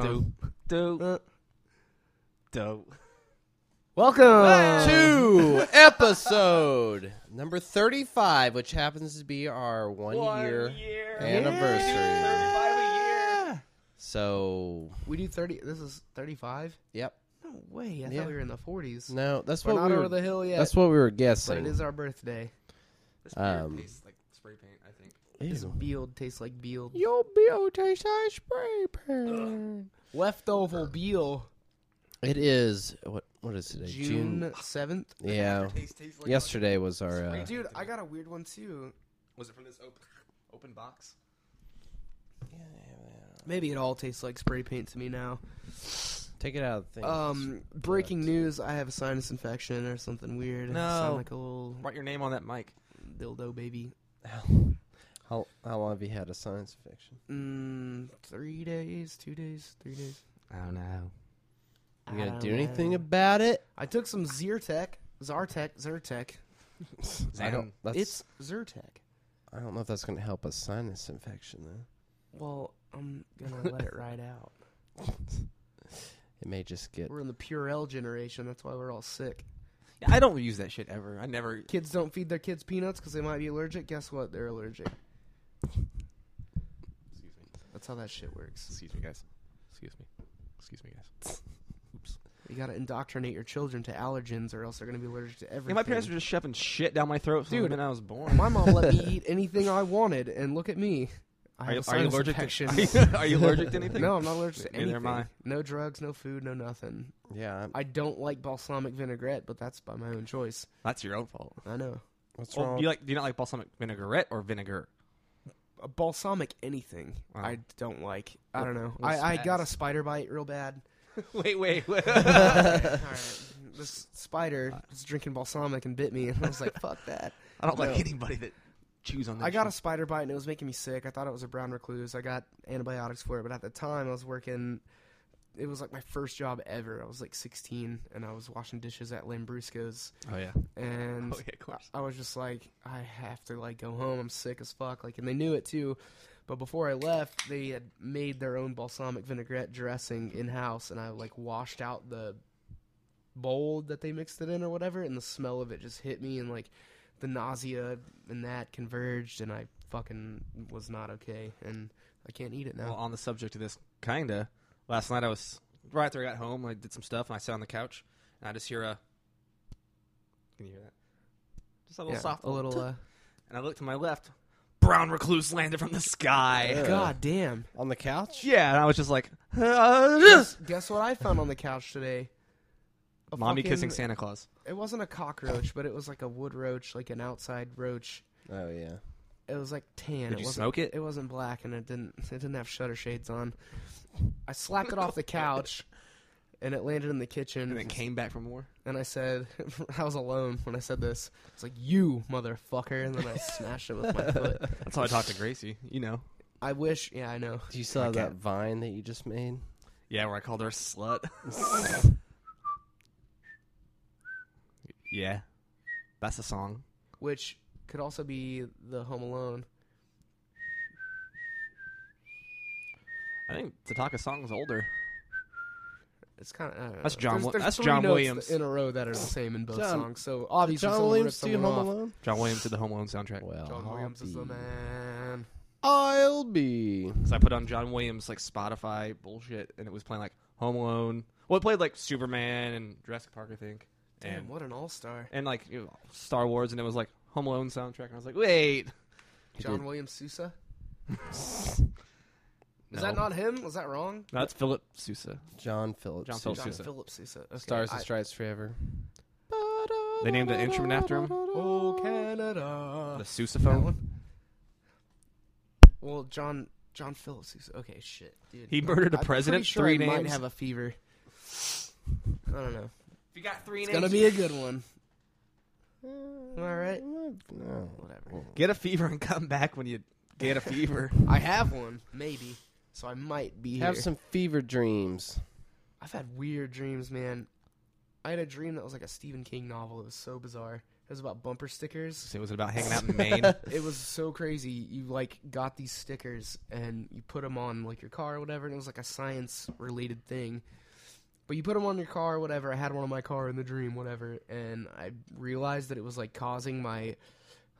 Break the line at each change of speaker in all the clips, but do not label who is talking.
Uh,
Dope. Dope.
Welcome.
to episode number 35, which happens to be our one, year, anniversary. So,
We do thirty. This is thirty-five.
yep.
No way. I
Yeah.
thought we were in the forties.
No, that's
we're
what
not
we
over
were,
the hill yet.
That's what we were
but
guessing.
it is our birthday.
This beer
Um,
tastes like spray paint, I think.
This
Ew.
beeld tastes like beeld.
Your beer tastes like spray paint.
Leftover beeld.
It is what? What is today?
June seventh.
Yeah.
Taste tastes like
Yesterday was our. Uh,
Dude, I got a weird one too.
Was it from this open open box?
Maybe it all tastes like spray paint to me now.
take it out of the thing.
Um, breaking news: I have a sinus infection or something weird. I sound
No.
like a little
Write your name on that mic.
dildo baby.
how how long have you had a science fiction?
Mm, three days, two days, three days.
Oh no.
You gonna
I
do
don't
anything
know.
about it?
I took some Zyrtec, Zartec, Zyrtec.
I don't. That's,
It's Zyrtec.
I don't know if that's gonna help a sinus infection though.
Well, I'm gonna let it ride out.
It may just get.
We're in the Purell generation. That's why we're all sick.
I don't use that shit ever. I never.
Kids don't feed their kids peanuts because they might be allergic. Guess what? They're allergic.
Excuse me.
That's how that shit works.
Excuse me, guys. Excuse me. Excuse me, guys. Oops.
You gotta indoctrinate your children to allergens, or else they're gonna be allergic to everything.
Yeah, my parents were just shoving shit down my throat from
Dude,
the minute I was born.
My mom let me eat anything I wanted, and look at me. I have
Are you, are
a
you
sinus
allergic
infection.
to? Are you, are you allergic to anything?
No, I'm not allergic to anything.
Neither am I.
No drugs, no food, no nothing.
Yeah. I'm-
I don't like balsamic vinaigrette, but that's by my own choice.
That's your own fault.
I know.
What's
Well,
wrong?
Oh, do you like? Do you not like balsamic vinaigrette or vinegar?
A balsamic anything
Wow.
I don't like. I don't know.
What's
I, I
that?
got a spider bite real bad.
wait, wait, wait.
All right. This
Uh,
spider was drinking balsamic and bit me, and I was like, fuck that.
I don't
No.
like anybody that chews on that.
I got a
shit.
spider bite and it was making me sick. I thought it was a brown recluse. I got antibiotics for it, but at the time I was working. It was like my first job ever. I was like 16 and I was washing dishes at Lambrusco's,
Oh yeah.
and
Oh yeah, of course.
I was just like, I have to like go home. I'm sick as fuck. Like, and they knew it too. But before I left, they had made their own balsamic vinaigrette dressing in house, and I like washed out the bowl that they mixed it in or whatever, and the smell of it just hit me, and like the nausea and that converged, and I fucking was not okay, and I can't eat it now.
Well, on the subject of this, kinda. Last night I was right after I got home. I did some stuff and I sat on the couch and I just hear a. Can you hear that? Just a little
Yeah,
soft,
a little. Uh,
And I look to my left. Brown recluse landed from the sky.
Yeah.
God damn.
on the couch?
Yeah, and I was just like,
Guess, guess what I found on the couch today? A
mommy
fucking-
kissing Santa Claus.
It wasn't a cockroach, but it was like a wood roach, like an outside roach.
Oh yeah.
It was like tan.
Did
it
you
wasn't,
smoke it?
It wasn't black, and it didn't. It didn't have shutter shades on. I slapped it off the couch, and it landed in the kitchen.
And then came back for more.
And I said, I was alone when I said this. It's like you motherfucker, and then I smashed it with my foot.
That's how I talked to Gracie, you know.
I wish. Yeah, I know.
Do you still have that vine that you just made?
Yeah, where I called her a slut. yeah. That's a song.
Which could also be the Home Alone.
I think Tataka song's older.
It's kind of
That's John Wi-
There's, there's
that's
three
John
notes
Williams.
in a row that are the same in both
John-
songs. So obviously,
John
someone
Williams
ripped
do
someone
Home
off.
Alone?
John Williams did the Home Alone soundtrack.
Well,
John Williams is the man.
I'll be.
So I put on John Williams like Spotify bullshit and it was playing like Home Alone. Well, it played like Superman and Jurassic Park, I think.
Damn,
and
what an all star.
and like you know, Star Wars and it was like Home Alone soundtrack and I was like, "Wait.
John
did.
Williams Sousa? Is
No.
that not him? Was that wrong?
No, that's Philip Sousa.
John Phillips.
John Phillips.
John
Sousa.
Philip Sousa. Okay,
Stars
I-
and Stripes Forever.
They named the instrument after him?
Oh Canada.
The
Uh, That
Sousaphone.
one? Well, John John Philip Sousa. Okay, shit, dude.
He murdered a
I'm pretty
president.
sure
three
I
names.
might have a fever. I don't know.
if you got three
It's gonna be a good one. All right.
Oh.
No.
Whatever.
Get a fever and come back when you get a fever.
I have one, maybe. So I might be
Have
here.
some fever dreams.
I've had weird dreams, man. I had a dream that was like a Stephen King novel. It was so bizarre. It was about bumper stickers.
So was it about hanging out in Maine?
It was so crazy. You like got these stickers and you put them on like your car or whatever, and it was like a science related thing. But you put them on your car or whatever. I had one on my car in the dream, whatever, and I realized that it was like causing my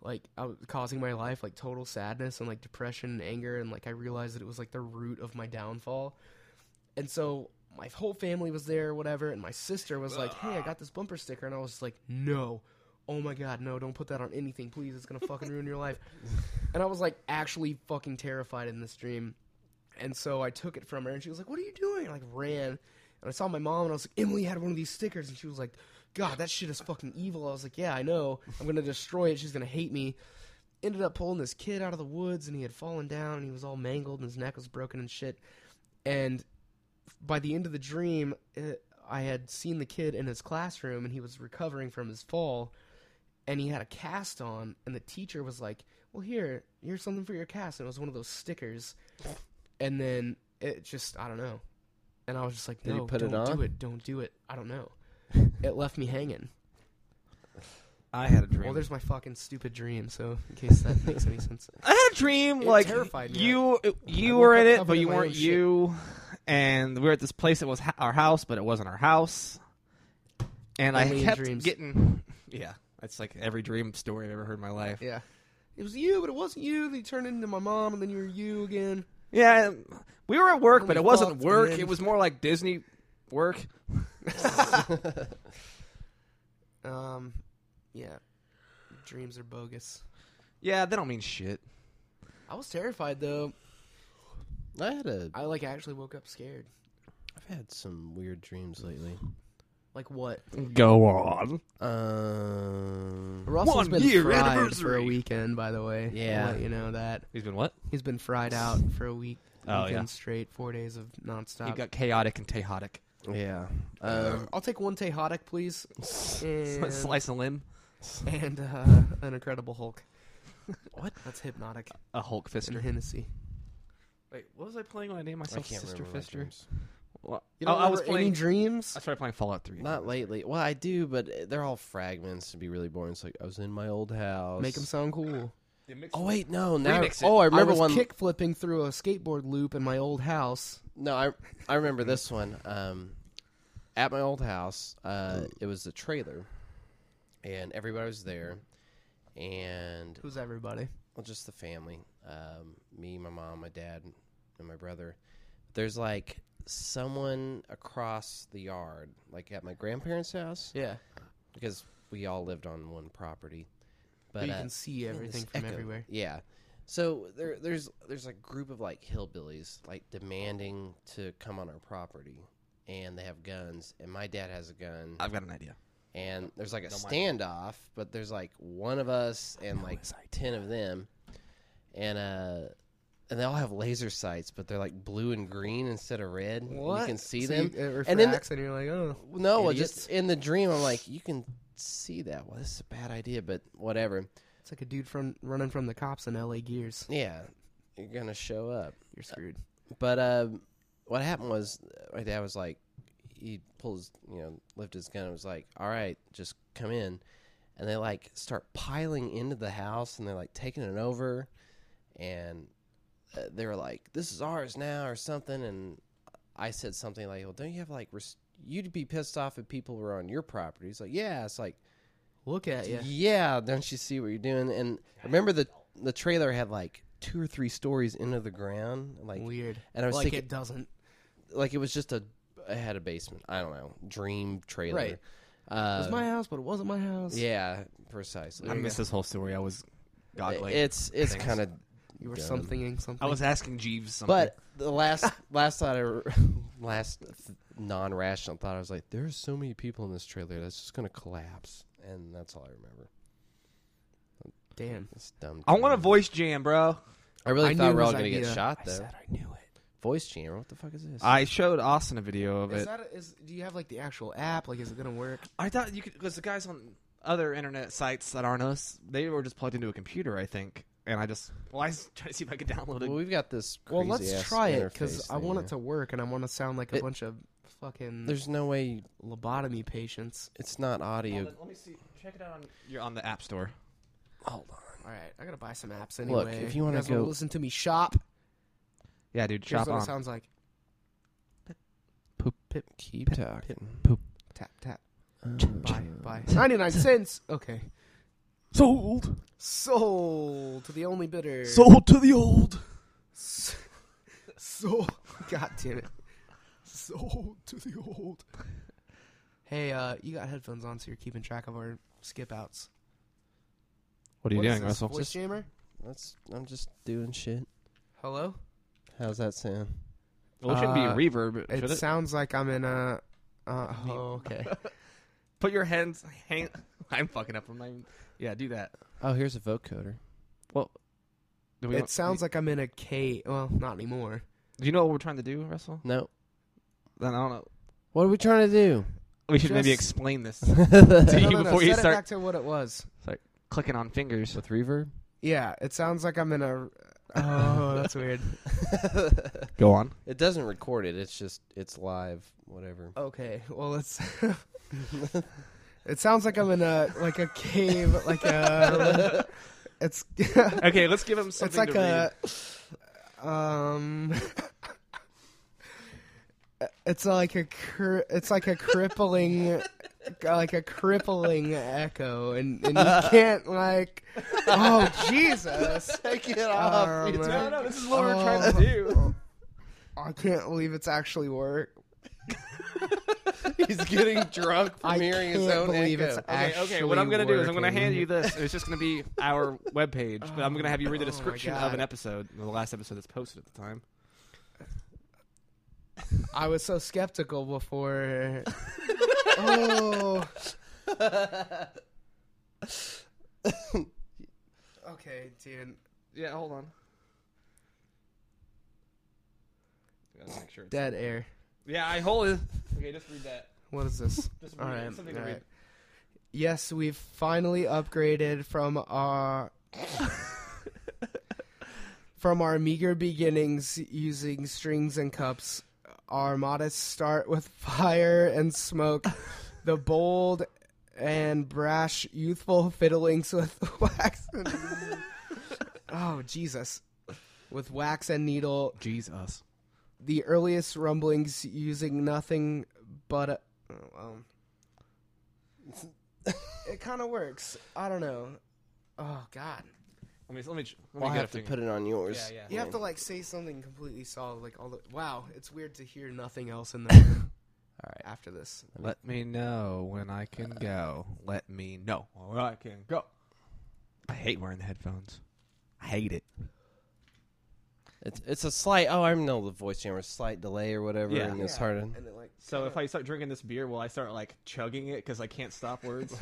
like I was causing my life like total sadness and like depression and anger and like I realized that it was like the root of my downfall. And so my whole family was there, whatever, and my sister was like, "Hey, I got this bumper sticker," and I was just like, "No, oh my god, no! Don't put that on anything, please. It's gonna fucking ruin your life." And I was like, actually fucking terrified in this dream. And so I took it from her, and she was like, "What are you doing?" And I, like ran, and I saw my mom, and I was like, "Emily had one of these stickers," and she was like, "God, that shit is fucking evil." I was like, "Yeah, I know. I'm gonna destroy it. She's gonna hate me." Ended up pulling this kid out of the woods, and he had fallen down, and he was all mangled, and his neck was broken and shit. And by the end of the dream, uh I had seen the kid in his classroom and he was recovering from his fall and he had a cast on and the teacher was like, "Well, here, here's something for your cast." And it was one of those stickers. And then it just, I don't know. And I was just like,
Did
"No,
he put it
don't do
on?
it. Don't do it. I don't know." It left me hanging.
I had a dream.
Well, there's my fucking stupid dream. So, in case that makes any sense,
I had a dream
It
like
terrified me.
you you
woke
were
up
in it,
covered
but
in
you
my
weren't
own shit.
you. And we were at this place that was ha- our house, but it wasn't our house. And
Only
I
in
kept
dreams.
getting yeah. That's like every dream story I've ever heard in my life.
yeah, it was you, but it wasn't you. Then you turned into my mom, and then you were you again.
Yeah, we were at work, but
we
it wasn't
fucked,
work.
man.
It was more like Disney work.
Um, yeah, dreams are bogus.
Yeah, they don't mean shit.
I was terrified though.
I had a.
I like actually woke up scared.
I've had some weird dreams lately.
Like what?
Go on.
Um.
Russell's
One
been
year
fried for
anniversary.
a weekend, by the way.
Yeah.
I'll let you know that
He's been what?
he's been fried out for a week,
Oh,
weekend
yeah.
straight, four days of
He
nonstop.
got chaotic and tehotic.
Yeah.
Uh,
Um.
I'll take one Tehotic, please, and,
Slice a limb.
and uh, an Incredible Hulk.
What?
That's hypnotic
A Hulk
and
fister.
Hennessy.
Wait, what was I playing when I named
I
myself
can't
Sister
remember my
Fister?
dreams.
Well,
You don't
oh, I was
remember
playing.
any dreams.
I started playing Fallout Three.
Not lately. Well, I do, but uh, they're all fragments. It'd be really boring. It's like I was in my old house.
Make them sound cool.
Oh wait, no. Now.
Remix it.
Oh, I
I
remember
was
one.
kick flipping through a skateboard loop in my old house.
No, I I remember this one. Um, at my old house, uh, it was the trailer, and everybody was there, and
Who's everybody?
well, just the family, um, me, my mom, my dad, and my brother. There's like someone across the yard, like at my grandparents' house,
Yeah,
because we all lived on one property.
but,
But
you
uh,
can see
yeah,
everything
this
from
echo.
everywhere.
Yeah. So there, there's there's a group of like hillbillies like demanding to come on our property, and they have guns, and my dad has a gun,
I've got an idea.
and there's like a
Don't mind
standoff, but there's like one of us and like
His idea.
ten of them, and uh, and they all have laser sights, but they're like blue and green instead of red. and You can see
So
them.
you- It refracts
And
and,
then-
you're like, oh.
No, well,
Idiots.
just in the dream, I'm like, you can see that. Well, this is a bad idea, but whatever.
It's like a dude from running from the cops in LA gears.
Yeah, you're gonna show up.
You're screwed.
But um, what happened was uh, my dad was like, he pulls, you know, lifted his gun and was like, "All right, just come in," and they like start piling into the house and they're like taking it over, and uh, they were like, "This is ours now" or something, and I said something like, "Well, don't you have like res- you'd be pissed off if people were on your property?" He's like, "Yeah," it's like.
Look at you.
Yeah. don't you see what you're doing? And remember the the trailer had like two or three stories into the ground, like,
Weird.
and I was
like
thinking,
it doesn't.
like it was just a it had a basement. I don't know, dream trailer.
Right.
Uh,
It was my house, but it wasn't my house.
yeah, precisely.
I missed this whole story. I was goggling.
it's it's
things.
kind of,
You were
Dumb.
something something.
I was asking Jeeves something.
but the last last thought I re- last non rational thought I was like, there's so many people in this trailer that's just gonna collapse, and that's all I remember.
Damn.
It's dumb.
I want a
dream.
voice jam, bro.
I really
I
thought
knew
we were all
his
gonna get
idea.
shot though.
I knew it.
voice jammer. What the fuck is this?
I showed Austin a video of
Is
it.
that a, is, do you have like the actual app? Like, is it gonna work?
I thought you could because the guys on other internet sites that aren't us, they were just plugged into a computer, I think. And I just well, I was trying to see if I could download it.
well, we've got this.
well, let's
crazy-ass
try it
interface
because I
thing
want
here.
it to work, and I want to sound like a
It-
bunch of fucking
There's no way
lobotomy patients.
it's not audio.
let me see. Check it out on. You're on the App Store.
Hold on.
All right, I gotta buy some apps anyway.
Look, if you wanna
guys wanna
go-
listen to me shop,
Yeah, dude.
here's
Chop
what
on.
it sounds like.
Keep talking.
Tap tap.
Uh,
Buy buy. Ninety nine cents. Okay.
Sold.
Sold to the only bidder.
Sold to the old.
S- Sold. God damn it. Sold to the old. Hey, uh, you got headphones on, so you're keeping track of our skip outs.
What are you
What is
doing,
this,
Russell?
Voice jammer.
That's. I'm just doing shit.
Hello.
How's that sound?
Well, it shouldn't be
Uh,
reverb.
It
Should it?
sounds like I'm in a. Uh, oh, okay.
Put your hands. Hang. I'm fucking up. I'm not even- Yeah, do that.
Oh, here's a vocoder.
Do
it sounds like I'm in a K. Well, not anymore.
Do you know what we're trying to do, Russell?
No.
Then I don't know.
What are we trying to do?
We should maybe
Just-
explain this.
With
See
no,
you
no, no,
before
set
you
it
start-
back to what it was.
Clicking on fingers.
reverb?
Yeah, it sounds like I'm in a. Oh, that's weird.
Go on.
it doesn't record it. It's just it's live. Whatever.
Okay, well it's. it sounds like I'm in a like a cave, like a. It's
Okay, let's give him something
it's like
to read.
a. Um. It's like a cr- it's like a crippling like a crippling echo and, and you can't like oh Jesus
Take it
off, Um, you uh,
No, no, this is what we're
Oh.
trying to do.
I can't believe it's actually work
He's getting drunk from
I
hearing
can't
his own
believe
echo.
it's
Okay,
actually
okay, what I'm gonna do is I'm gonna hand
working.
you this. It's just gonna be our webpage, but I'm gonna have you read the
Oh my
description
God.
of an episode, the last episode that's posted at the time.
I was so skeptical before. oh. okay, dude.
Yeah, hold on. Gotta make sure. it's-
Dead air.
Yeah, I hold it. Okay, just read that.
What is this?
Just read
all
it.
right.
Something
all
to
right.
read.
Yes, we've finally upgraded from our from our meager beginnings using strings and cups. Our modest start with fire and smoke, the bold and brash youthful fiddlings with wax and Oh Jesus. With wax and needle,
Jesus.
the earliest rumblings using nothing but a, oh, well. it kind of works i don't know oh god
Let me let me let me
I'll
get
have
a
to
finger.
put it on yours.
Yeah, yeah.
you have to like say something completely solid like all the wow it's weird to hear nothing else in there all right after this
Let me know when I can go. Let me know when I can go. I hate wearing the headphones. I hate it.
It's it's a slight. Oh, I know the voice jammer. Slight delay or whatever,
Yeah.
and it's
Yeah,
hard. to-
and it like
So if I start drinking this beer, will I start like chugging it because I can't stop words?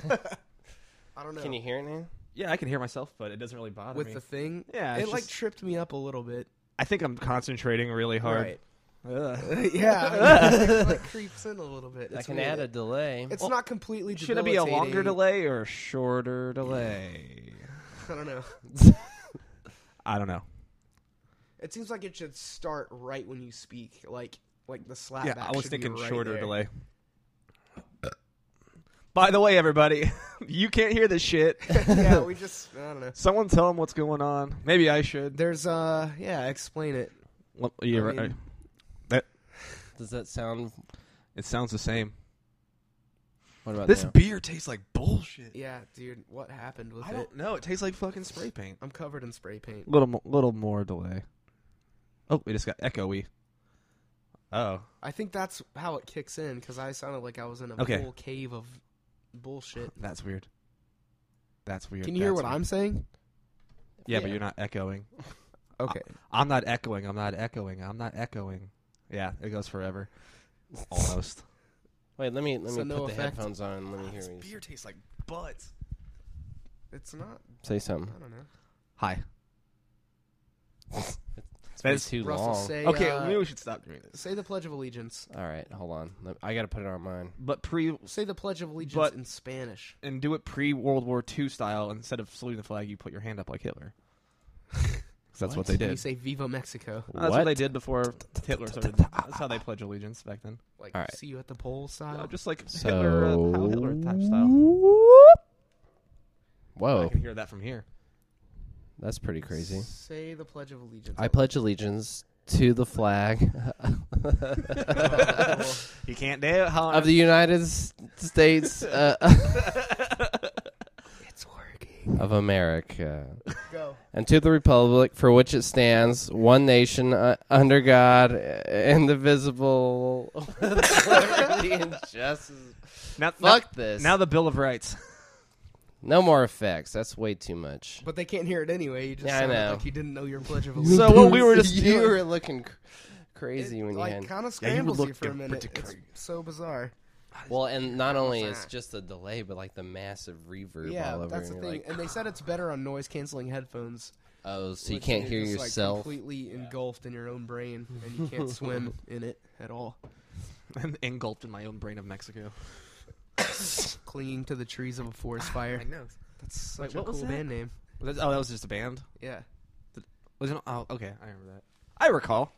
i don't know
Can you hear it now?
yeah, I can hear myself, but it doesn't really bother
with
me.
the thing
Yeah,
it
it's
like
just-
tripped me up a little bit
I think I'm concentrating really hard. Ugh.
yeah it like creeps in a little bit
I
it's
can
weird.
add a delay.
it's
Well,
not completely
Should it be a longer
debilitating.
delay or a shorter delay?
i don't know
I don't know.
It seems like it should start right when you speak, like like the slap.
Yeah,
back
I was
should be
thinking
right
shorter
there.
delay. By the way, everybody, you can't hear this shit.
yeah, we just I don't know.
Someone tell them what's going on. Maybe I should.
There's uh yeah, explain it.
Well, yeah,
I
right.
mean-
Does that sound?
It sounds the same.
What about
This
now?
beer tastes like bullshit.
Yeah, dude, what happened with
I
it?
don't know. It tastes like fucking spray paint.
I'm covered in spray paint.
Little, mo- little more delay. Oh, it just got echoey. Oh,
I think that's how it kicks in because I sounded like I was in a
Okay.
whole cave of bullshit.
that's weird. That's weird.
Can you hear
That's
what
weird.
I'm saying?
Yeah, but
Yeah.
you're not echoing.
Uh,
Okay.
I'm not echoing. I'm not echoing. I'm not echoing. Yeah, it goes forever. Almost.
Wait, let me let
So
me
no
put the
effect.
headphones on. and Let me hear
this
you
beer tastes like butts.
It's not.
say
I
something.
don't know.
Hi.
It's way
That's-
too
Russell,
long.
say
Okay,
uh,
maybe we should stop doing this.
say the Pledge of Allegiance.
All right, hold on. Let- I got to put it on mine.
But pre
Say the Pledge of Allegiance
But-
in Spanish.
and do it pre World War II style instead of saluting the flag. You put your hand up like Hitler. 'Cause that's what they
You
did.
say "Viva Mexico,"
That's what? they did before Hitler started. That's how they pledged allegiance back then.
like
All right.
"See you at the pole" style.
No, just like
So
Hitler, uh, how Hitler type style.
Whoop.
I
Whoa,
can hear that from here.
that's pretty crazy.
Say the Pledge of Allegiance.
I pledge allegiance to the flag
You can't do it,
of the United S- States uh,
It's working.
of America.
Go.
and to the republic for which it stands, one nation uh, under God, uh, indivisible, with liberty and justice.
Now, now,
Fuck this.
now the Bill of Rights.
no more effects. That's way too much.
But they can't hear it anyway. You just
Yeah, I
sounded
know.
like you didn't know your Pledge of Allegiance.
So uh, what we were just you
doing-
were looking cr- crazy when you
like,
had
kind of scrambles you,
looked
for a
pretty
minute. It's
crazy.
so bizarre.
well, and not only
What's
is
that?
just the delay, but like the massive reverb all
Yeah,
over.
that's the
and
thing.
you're like,
and they said it's better on noise canceling headphones.
oh, so you
which
can't
you're
hear
just, like,
yourself.
completely engulfed in your own brain, and you can't swim in it at all.
I'm engulfed in my own brain of Mexico.
Clinging to the trees of a forest fire.
know.
That's such
Wait, what
a
was
cool
that?
band name.
Was that- oh, that was just a band.
Yeah.
Was it, oh, okay, I remember that. I recall.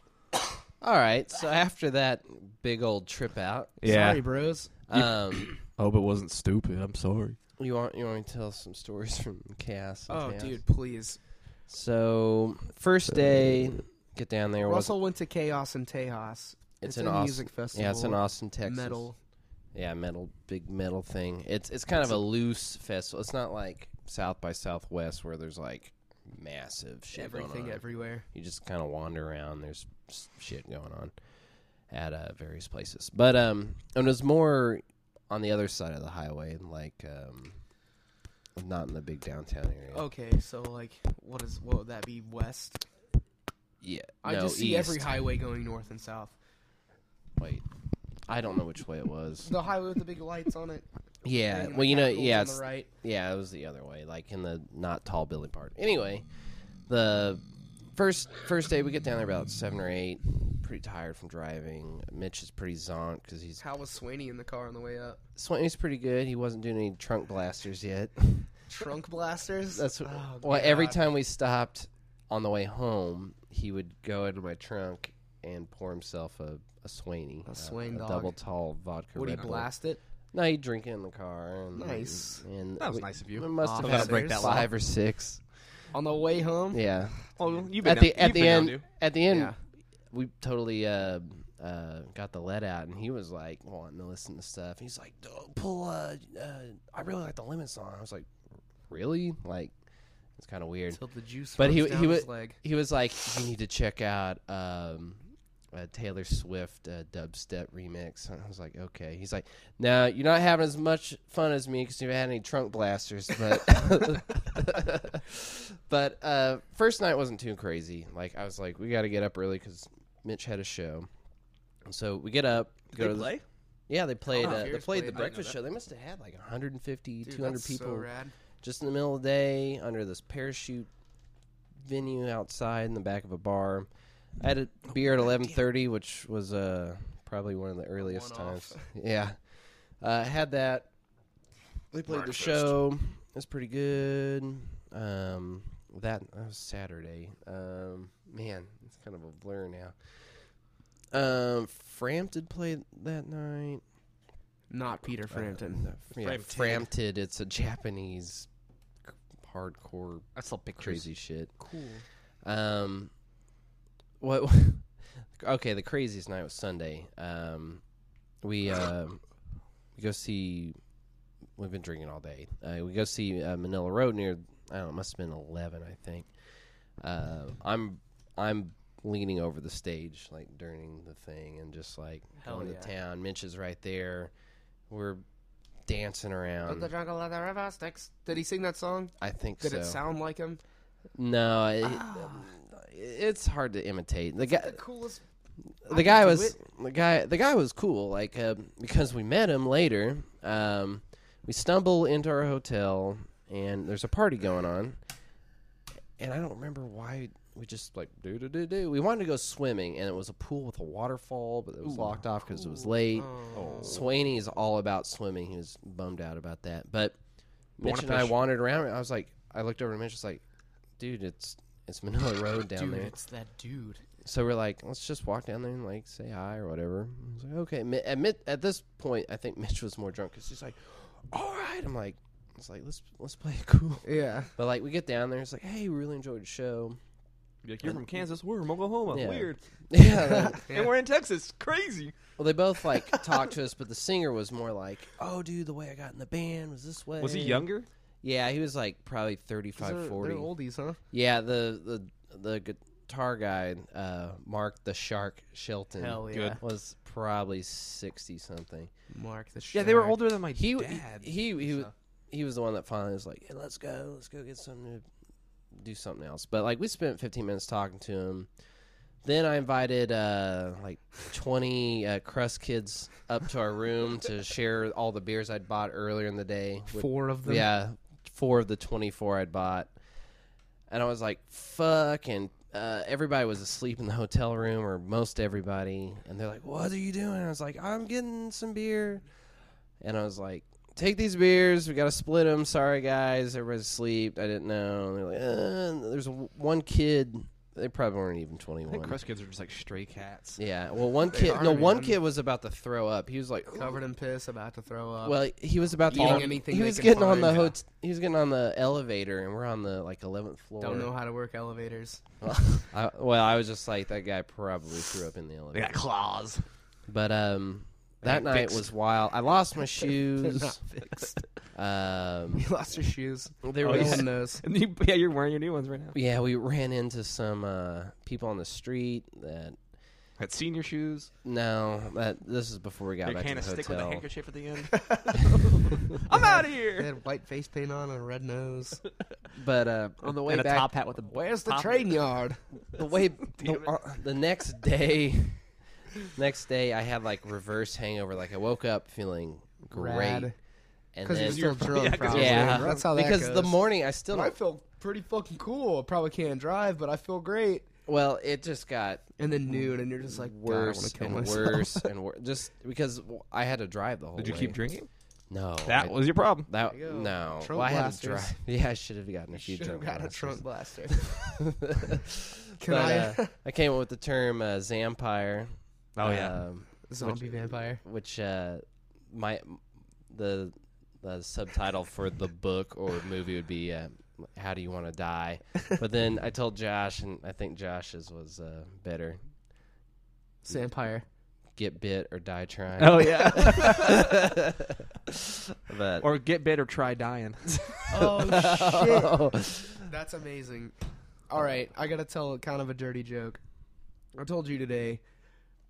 All right, so after that big old trip out,
Sorry, bros.
um,
Oh, but wasn't stupid. I'm sorry.
you want you want me to tell some stories from chaos? and
Oh,
chaos?
dude, please.
So first day, get down there. was
Russell went to Chaos and Tejas.
it's,
it's
an
a
Austin,
music festival.
Yeah, it's in Austin, Texas.
Metal.
Yeah, metal, big metal thing. It's it's kind of a loose festival. It's not like South by Southwest where there's like massive shit. going
Everything
on.
everywhere.
you just kind of wander around. There's s- shit going on at uh, various places, but um, and it was more on the other side of the highway, like um, not in the big downtown area.
Okay, so like, what is what would that be? West.
yeah,
I
no,
just see every
east.
highway going north and south.
Wait, I don't know which way it was.
The highway with the big lights on it.
Yeah,
and the
well, you know,
Capitals
yeah,
on the
it's-
right.
yeah, it was the other way, like in the not tall building part. Anyway, the first first day we get down there about seven or eight. Pretty tired from driving. Mitch is pretty zonked because he's
How was Swaney in the car on the way up?
Sweeney's pretty good. He wasn't doing any trunk blasters yet.
Trunk blasters.
That's what,
Oh,
well. Every
God.
time we stopped on the way home, he would go into my trunk and pour himself a a Sweeney,
A Swain dog.
double tall vodka.
Would he
Red Bull.
blast it?
No, he'd drink it in the car. And,
Nice.
And
That was
we-
nice of
We
you.
must
Officers.
have had
Break
like
that law.
five or six.
On the way home?
Yeah.
Oh, you've been
At the
down-
at
you've
the
been down
end
to.
at the end
Yeah.
we totally uh, uh, got the lead out, and he was like wanting to listen to stuff. He's like, "Don't "Pull, uh, uh, I really like the Lemon song." I was like, "Really?" Like, it's kind of weird.
Till the juice
But
but
he-
he,
he
down his
wa-
leg.
He was like, "You need to check out um, uh, Taylor Swift uh, dubstep remix." And I was like, "Okay." He's like, "Now you're not having as much fun as me because you haven't had any trunk blasters." But but uh, first night wasn't too crazy. Like I was like, "We got to get up early because Mitch had a show." And so we get up.
Did they
the-
play?
yeah, they played.
Oh,
uh, they
Fierce
played
played. I
the
didn't know
breakfast
that.
show. They must have had like 150,
Dude,
200
that's so
people
rad.
just in the middle of the day under this parachute venue outside in the back of a bar. I had a beer at eleven thirty, which was uh, probably one of the earliest
one-off.
times. Yeah, uh, I had that. They played
Breakfast.
the show. It was pretty good. Um, that, that was Saturday. Um, man, it's kind of a blur now. Um, Frampton played that night.
Not Peter Frampton.
Uh, yeah,
Frampton.
Frampton. It's a Japanese c- hardcore
I saw pictures.
crazy shit.
cool.
Um, what? okay, the craziest night was Sunday. Um, we uh, we go see. We've been drinking all day. Uh, we go see uh, Manila Road near. I don't know. It must have been eleven, I think. Uh, I'm I'm leaning over the stage like during the thing and just like
Hell
going
yeah.
to town. Mitch is right there. We're dancing
Put the
around.
jungle of the river sticks. Did he sing that song?
I think
Did
so.
it sound Ah. like him?
no, it, it's hard to imitate. The guy,
The coolest.
the
could
guy
do
was the guy the guy was cool like uh, because we met him later um, we stumble into our hotel and there's a party going on and i don't remember why we just like do do do do we wanted to go swimming and it was a pool with a waterfall but it was locked off because it was late
Oh.
Swaney is all about swimming. He was bummed out about that. But Mitch
Wanna
and I
push.
wandered around. And I was like, I looked over to Mitch. It's like, dude, it's It's Manila Road down
dude,
there.
it's that dude.
So we're like, let's just walk down there and like say hi or whatever. I was like, okay. Mi- At, Mi- at this point, I think Mitch was more drunk because he's like, all right. I'm like, it's like let's let's play it cool.
Yeah.
But like we get down there, it's like, hey, we really enjoyed the show.
Be like, You're from Kansas. We're from Oklahoma.
Yeah.
Weird.
yeah. like-
And we're in Texas. Crazy.
well, they both like talked to us, but the singer was more like, oh, dude, the way I got in the band was this way.
Was he younger?
Yeah, he was like probably
'Cause they're-
35, 40.
They're oldies, huh?
Yeah, the the the guitar guy, uh, Mark the Shark Shelton,
Hell yeah.
was probably sixty something.
Mark the
Yeah, they were
Shark.
older than my
He
dad.
he he, he,
So-
he was the one that finally was like, hey, "Let's go, let's go get something to do something else." But like, we spent fifteen minutes talking to him. Then I invited uh, like twenty uh, crust kids up to our room to share all the beers I'd bought earlier in the day with
Four of them.
yeah, four of the 24 I'd bought. And I was like, fuck. And uh, everybody was asleep in the hotel room, or most everybody. And they're like, what are you doing? I was like, I'm getting some beer. And I was like, take these beers. We got to split them. Sorry, guys. Everybody's asleep. I didn't know. And they're like, uh, and there's w- one kid. They probably weren't even
I think
21.
Crust kids are just like stray cats.
Yeah. Well, one
They
kid.
are,
No, one
man.
kid was about to throw up. He was like,
Covered in piss, about to throw up.
well, he was about to
Eating
on-
anything
He
they
was
can
getting on
find.
the hot- he was getting on the elevator, and we're on the like eleventh floor.
don't know how to work elevators.
I, well, I was just like that guy probably threw up in the elevator.
claws.
But um, that
ain't
night
fixed.
was wild. I lost my
They're
shoes.
not fixed.
um,
you lost your shoes.
there
Oh,
No
was
yeah.
one knows.
And you, yeah, you're wearing your new ones right now.
yeah, we ran into some uh, people on the street that.
Had senior shoes.
No, that this is before we got
Your
back to
can
the
of stick with a
hotel.
handkerchief at the end. I'm out of
They
here.
had white face paint on and a red nose.
But uh, on the way
and
back,
a top hat with a
Where's the
top-
train yard?
the way
Damn
the,
it.
uh, the next day next day i had like reverse hangover like i woke up feeling great
Rad.
and
Because
then
you're still drunk,
yeah, 'cause
probably.
you're
yeah
That's how that
because the
goes.
morning i still
But I feel pretty fucking cool. I probably can't drive, but I feel great.
well it just got
And then noon, and you're just like,
worse
God, I
and
want to kill myself.
worse and worse just because w- i had to drive the whole
Did you
way.
keep drinking?
no I-
That was your problem.
that
There you go.
no
Trunk
well, i had to
blasters.
drive yeah i should have gotten a few
Should have
drunk
got a
blasters.
trunk blaster. Can
but,
I?
uh, i came up with the term uh, zampire
Oh, yeah.
um,
Zombie vampire.
which uh my the the subtitle for the book or movie would be uh, how do you want to die but then i told josh and i think josh's was uh, better
Vampire.
get bit or die trying
Oh yeah.
but
or get bit or try dying.
Oh, shit. That's amazing. All right, I got to tell kind of a dirty joke. I told you today.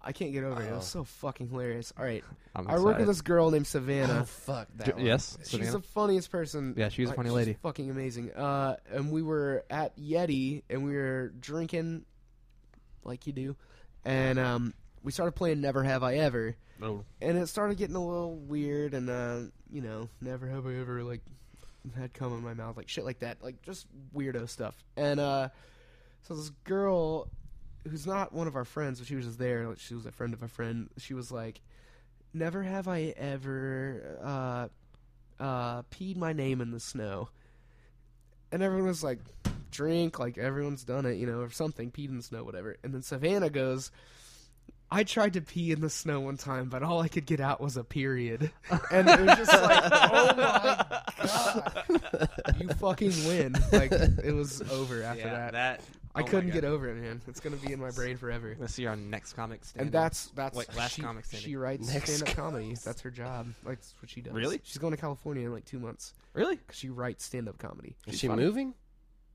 I can't get over it. It was so fucking hilarious. All right.
I'm
I work with
excited.
this girl named
oh
Savannah.
fuck that
uh, J-
one.
yes.
She's
Savannah?
the funniest person.
Yeah, she was a
Like,
funny
she's
lady.
Fucking amazing. Uh, and we were at Yeti and we were drinking, like you do, and um, we started playing Never Have I Ever,
Oh.
and it started getting a little weird, and uh, you know, Never Have I Ever like had cum in my mouth, like shit like that, like just weirdo stuff. And uh, so this girl, who's not one of our friends, but she was just there, like she was a friend of a friend. She was like, "Never have I ever." Uh, uh, peed my name in the snow. And everyone was like, drink, like everyone's done it, you know, or something, peed in the snow, whatever. And then Savannah goes, I tried to pee in the snow one time, but all I could get out was a period. And it was just like, oh my God. You fucking win. Like, it was over after that.
oh
I couldn't get over it, man. It's going to be in my brain forever.
Let's see our next comic stand.
And that's that's
Wait, last
she,
comic standing.
she writes
Next
stand up
com-
comedy. That's her job. Like that's what she does.
Really?
She's going to California in like two months
really
because she writes stand up comedy.
is she
funny.
moving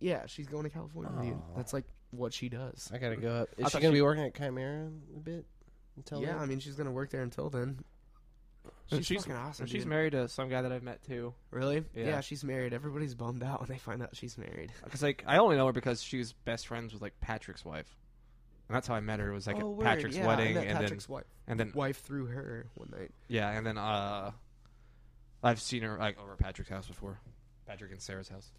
Yeah, she's going to California. dude.
Aw.
That's like what she does.
i gotta go up
I
is she
thought
gonna
she-
be working at chimera a bit until
yeah, I
then?
mean, she's gonna work there until then. She's, fucking awesome.
She's
dude.
married to some guy that I've met too.
Really?
Yeah.
Yeah. she's married. Everybody's bummed out when they find out she's married.
Because like I only know her because she was best friends with like Patrick's wife, and that's how I met her. was like
Oh,
at
word.
Patrick's
Yeah, I
wedding,
met
and
Patrick's wife,
then and then
wife through her one night.
yeah, and then uh, I've seen her like over at Patrick's house before, Patrick and Sarah's house.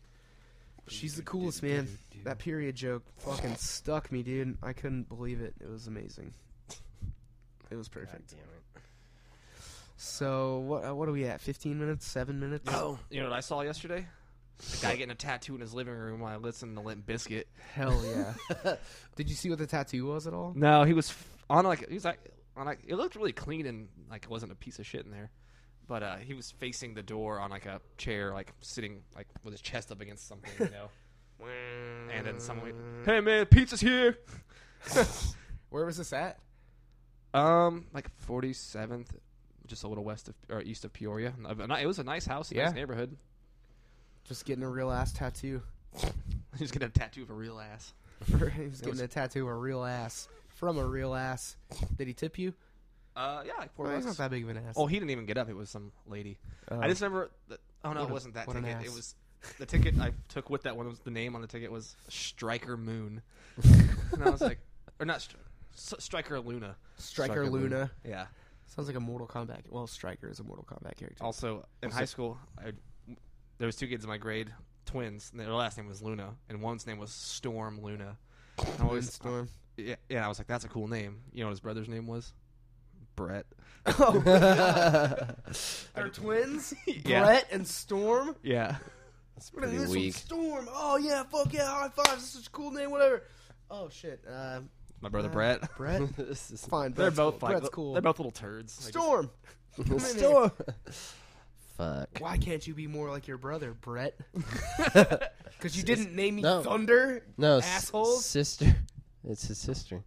She's the coolest man. That period joke fucking stuck me, dude. I couldn't believe it. It was amazing. It was
God
perfect.
damn it.
So what? Uh, what are we at? Fifteen minutes? Seven minutes?
Oh. You know what I saw yesterday? A guy getting a tattoo in his living room while I listen to Limp Biscuit.
Hell yeah. Did you see what the tattoo was at all?
No, he was f- on like he was like on like it looked really clean and like it wasn't a piece of shit in there. But uh, he was facing the door on like a chair, like sitting like with his chest up against something, you know. and then someone, went, "Hey man, pizza's here."
Where was this at?
Um, like 47th, just a little west of or east of Peoria. A ni- It was a nice house, a
Yeah.
nice neighborhood.
Just getting a real ass tattoo.
He's gonna tattoo of a real ass.
He's getting
was-
a tattoo of a real ass from a real ass. Did he tip you?
Uh, yeah, like four
Well, he's not
bucks.
that big of an ass. Uh,
Oh, he didn't even get up. It was some lady. I just remember. The, oh no,
What
it
a-
wasn't that
what an
ticket. It
ass.
was the ticket I took with that one. Was the name on the ticket was Striker Moon, and I was like, or not Stri- S- Striker Luna.
Striker,
Striker
Luna.
Luna.
Yeah.
sounds like a Mortal Kombat. Well, Striker is a Mortal Kombat character.
Also, in high school, I, there was two kids in my grade, twins. And their last name was Luna, and one's name was Storm Luna. And I always,
Storm.
yeah, yeah, I was like, that's a cool name. You know what his brother's name was? Brett.
Oh, They're twins.
Yeah.
Brett and Storm.
Yeah.
That's
What
pretty
is this
weak.
one? Storm. Oh yeah, fuck yeah, high fives. This is a cool name. Whatever. Oh shit. Uh,
My brother
uh,
Brett.
Brett.
This is-
Fine.
They're
Brett's
both
cool.
like
Brett's
li-
cool.
They're both little turds. Like, just-
Storm. Come in here.
Storm. Fuck.
Why can't you be more like your brother, Brett? Because you didn't name me
No.
Thunder.
No, s-
Assholes.
sister. It's his sister.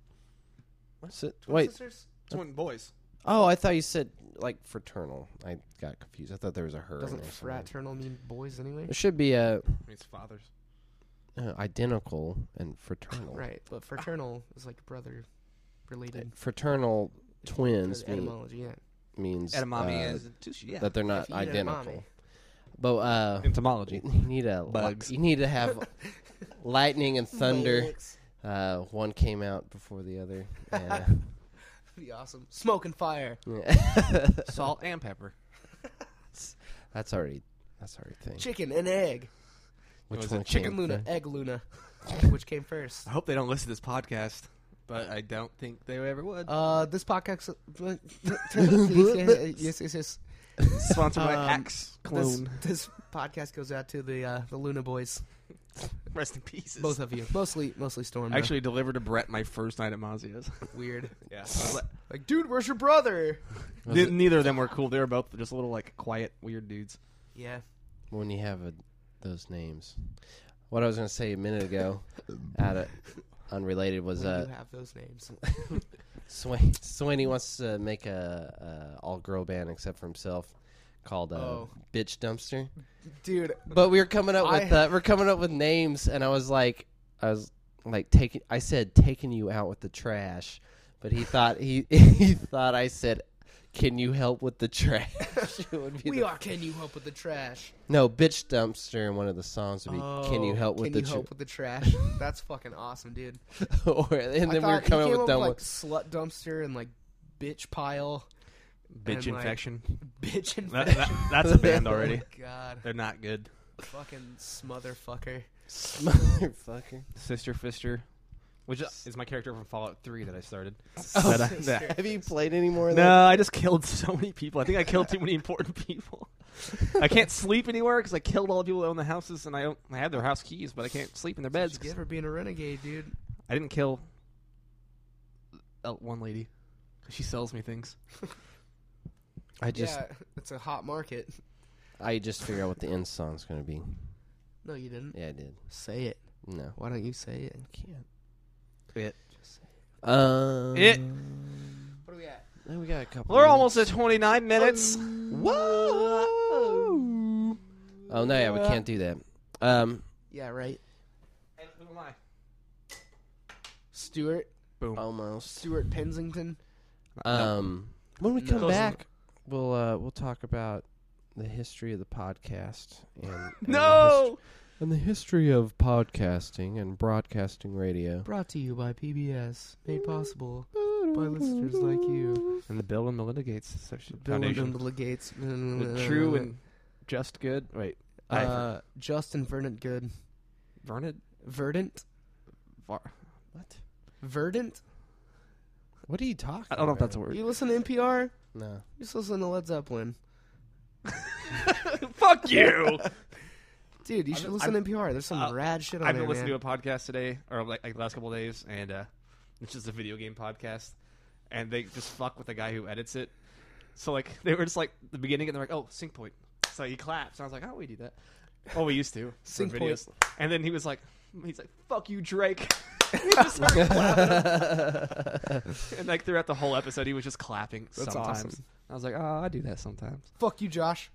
Si- wait.
Sisters?
twin boys.
Oh, I thought you said like fraternal. I got confused. I thought there was a her. in
Doesn't
there somewhere.
fraternal mean boys anyway?
There should be a
It's fathers.
uh, identical and fraternal. Uh,
Right, but fraternal is like brother related.
Fraternal twins
Because
mean,
etymology, yeah.
means
Edamame
uh,
is sushi. Yeah.
that they're
If
not
you eat
identical.
edamame.
But uh, you
Entomology.
you need a li-
Bugs.
you need to have lightning and thunder.
Bugs.
Uh, one came out before the other. And, uh,
That'd be awesome. Smoke and fire.
yeah.
Salt and pepper.
that's already that's already a thing.
Chicken and egg.
was
Which
a
one?
Chicken
came
Luna,
first?
egg Luna. Which came first?
I hope they don't listen to this podcast, but I don't think they ever would.
Uh, this podcast. yes, yes, yes.
Sponsored by
um,
Axe
This,
Clone.
this podcast goes out to the uh, the Luna boys,
Rest in pieces.
both of you. Mostly, mostly Storm. though.
Actually, delivered to Brett my first night at Mazio's.
weird.
Yeah.
Like, dude, where's your brother?
Was it
neither of them were cool. They were both just little like quiet, weird dudes.
Yeah.
when you have a, those names. What I was going to say a minute ago, at a, unrelated, was
Where
uh,
do you have those names?
Swain, Swainy wants to make a, a all girl band except for himself called uh,
Oh.
Bitch Dumpster.
Dude,
But we were coming up with
I-
uh, we're coming up with names, and I was like, I was like taking, I said taking you out with the trash, but he thought he he thought I said, can you help with the trash? It would be
we
the-
are Can You Help With The Trash.
No, Bitch Dumpster in one of the songs would be, can you
Oh,
help with
Can
the
You
trash?
Help With The Trash? That's fucking awesome, dude.
or, and
I
then we were
thought he
coming
came
up with dumb
like
ones.
slut dumpster and like bitch pile,
Bitch
And, like,
infection.
bitch and
That- that- that's a band already.
Oh my God,
They're not good.
fucking smotherfucker.
Motherfucker.
Sister Fister, which is my character from Fallout Three that I started.
Oh,
That I-
sister.
that-
Have you played any more of that?
no, I just killed so many people. I think I killed too many important people. I can't sleep anywhere because I killed all the people that own the houses, and I own, I have their house keys, but I can't sleep in their beds.
Did you
'cause
ever being a renegade, dude?
I didn't kill uh, one lady because she sells me things.
I just
yeah, it's a hot market.
I just figure out what the end song's gonna be.
No, you didn't
Yeah, I did.
say it.
No.
Why don't you say it?
Can't.
It.
Um,
It.
What are we at?
We got a couple.
We're
minutes.
almost at 29 minutes. Whoa!
Oh no, yeah, we can't do that. Um.
Yeah, right.
Hey, who am I?
Stuart,
Boom.
Almost.
Stuart Pensington.
Um. When we
No.
come
Close
back, we'll uh we'll talk about the history of the podcast and and the hist-
No!
and the history of podcasting and broadcasting radio.
Brought to you by PBS, made possible by listeners like you.
And the Bill and Melinda Gates Association
Bill and
Foundation.
Melinda Gates.
The
mm,
true and just good. Wait. I-
uh, Justin Verdant Good.
Vernon?
Verdant?
Var- what?
Verdant?
What are you talking?
I don't know if that's a
about?
word.
You listen to NPR? You
No.
just listen to Led Zeppelin.
Fuck you!
Dude, you
I've
should
been-
listen
I've-
to NPR. There's some
uh,
rad shit on
I've
there,
been listening
man.
to a podcast today, or like, like the last couple of days, and uh, it's just a video game podcast, and they just fuck with the guy who edits it. So like they were just like the beginning, and they're like, "Oh, sync point." So he claps, and I was like, "Oh, we do that." Oh, we used to for
Sync point.
videos." And then he was like, "He's like, fuck you, Drake." He just started clapping. and like throughout the whole episode, he was just clapping.
That's
sometimes.
awesome.
I was like, "Oh, I do that sometimes."
Fuck you, Josh.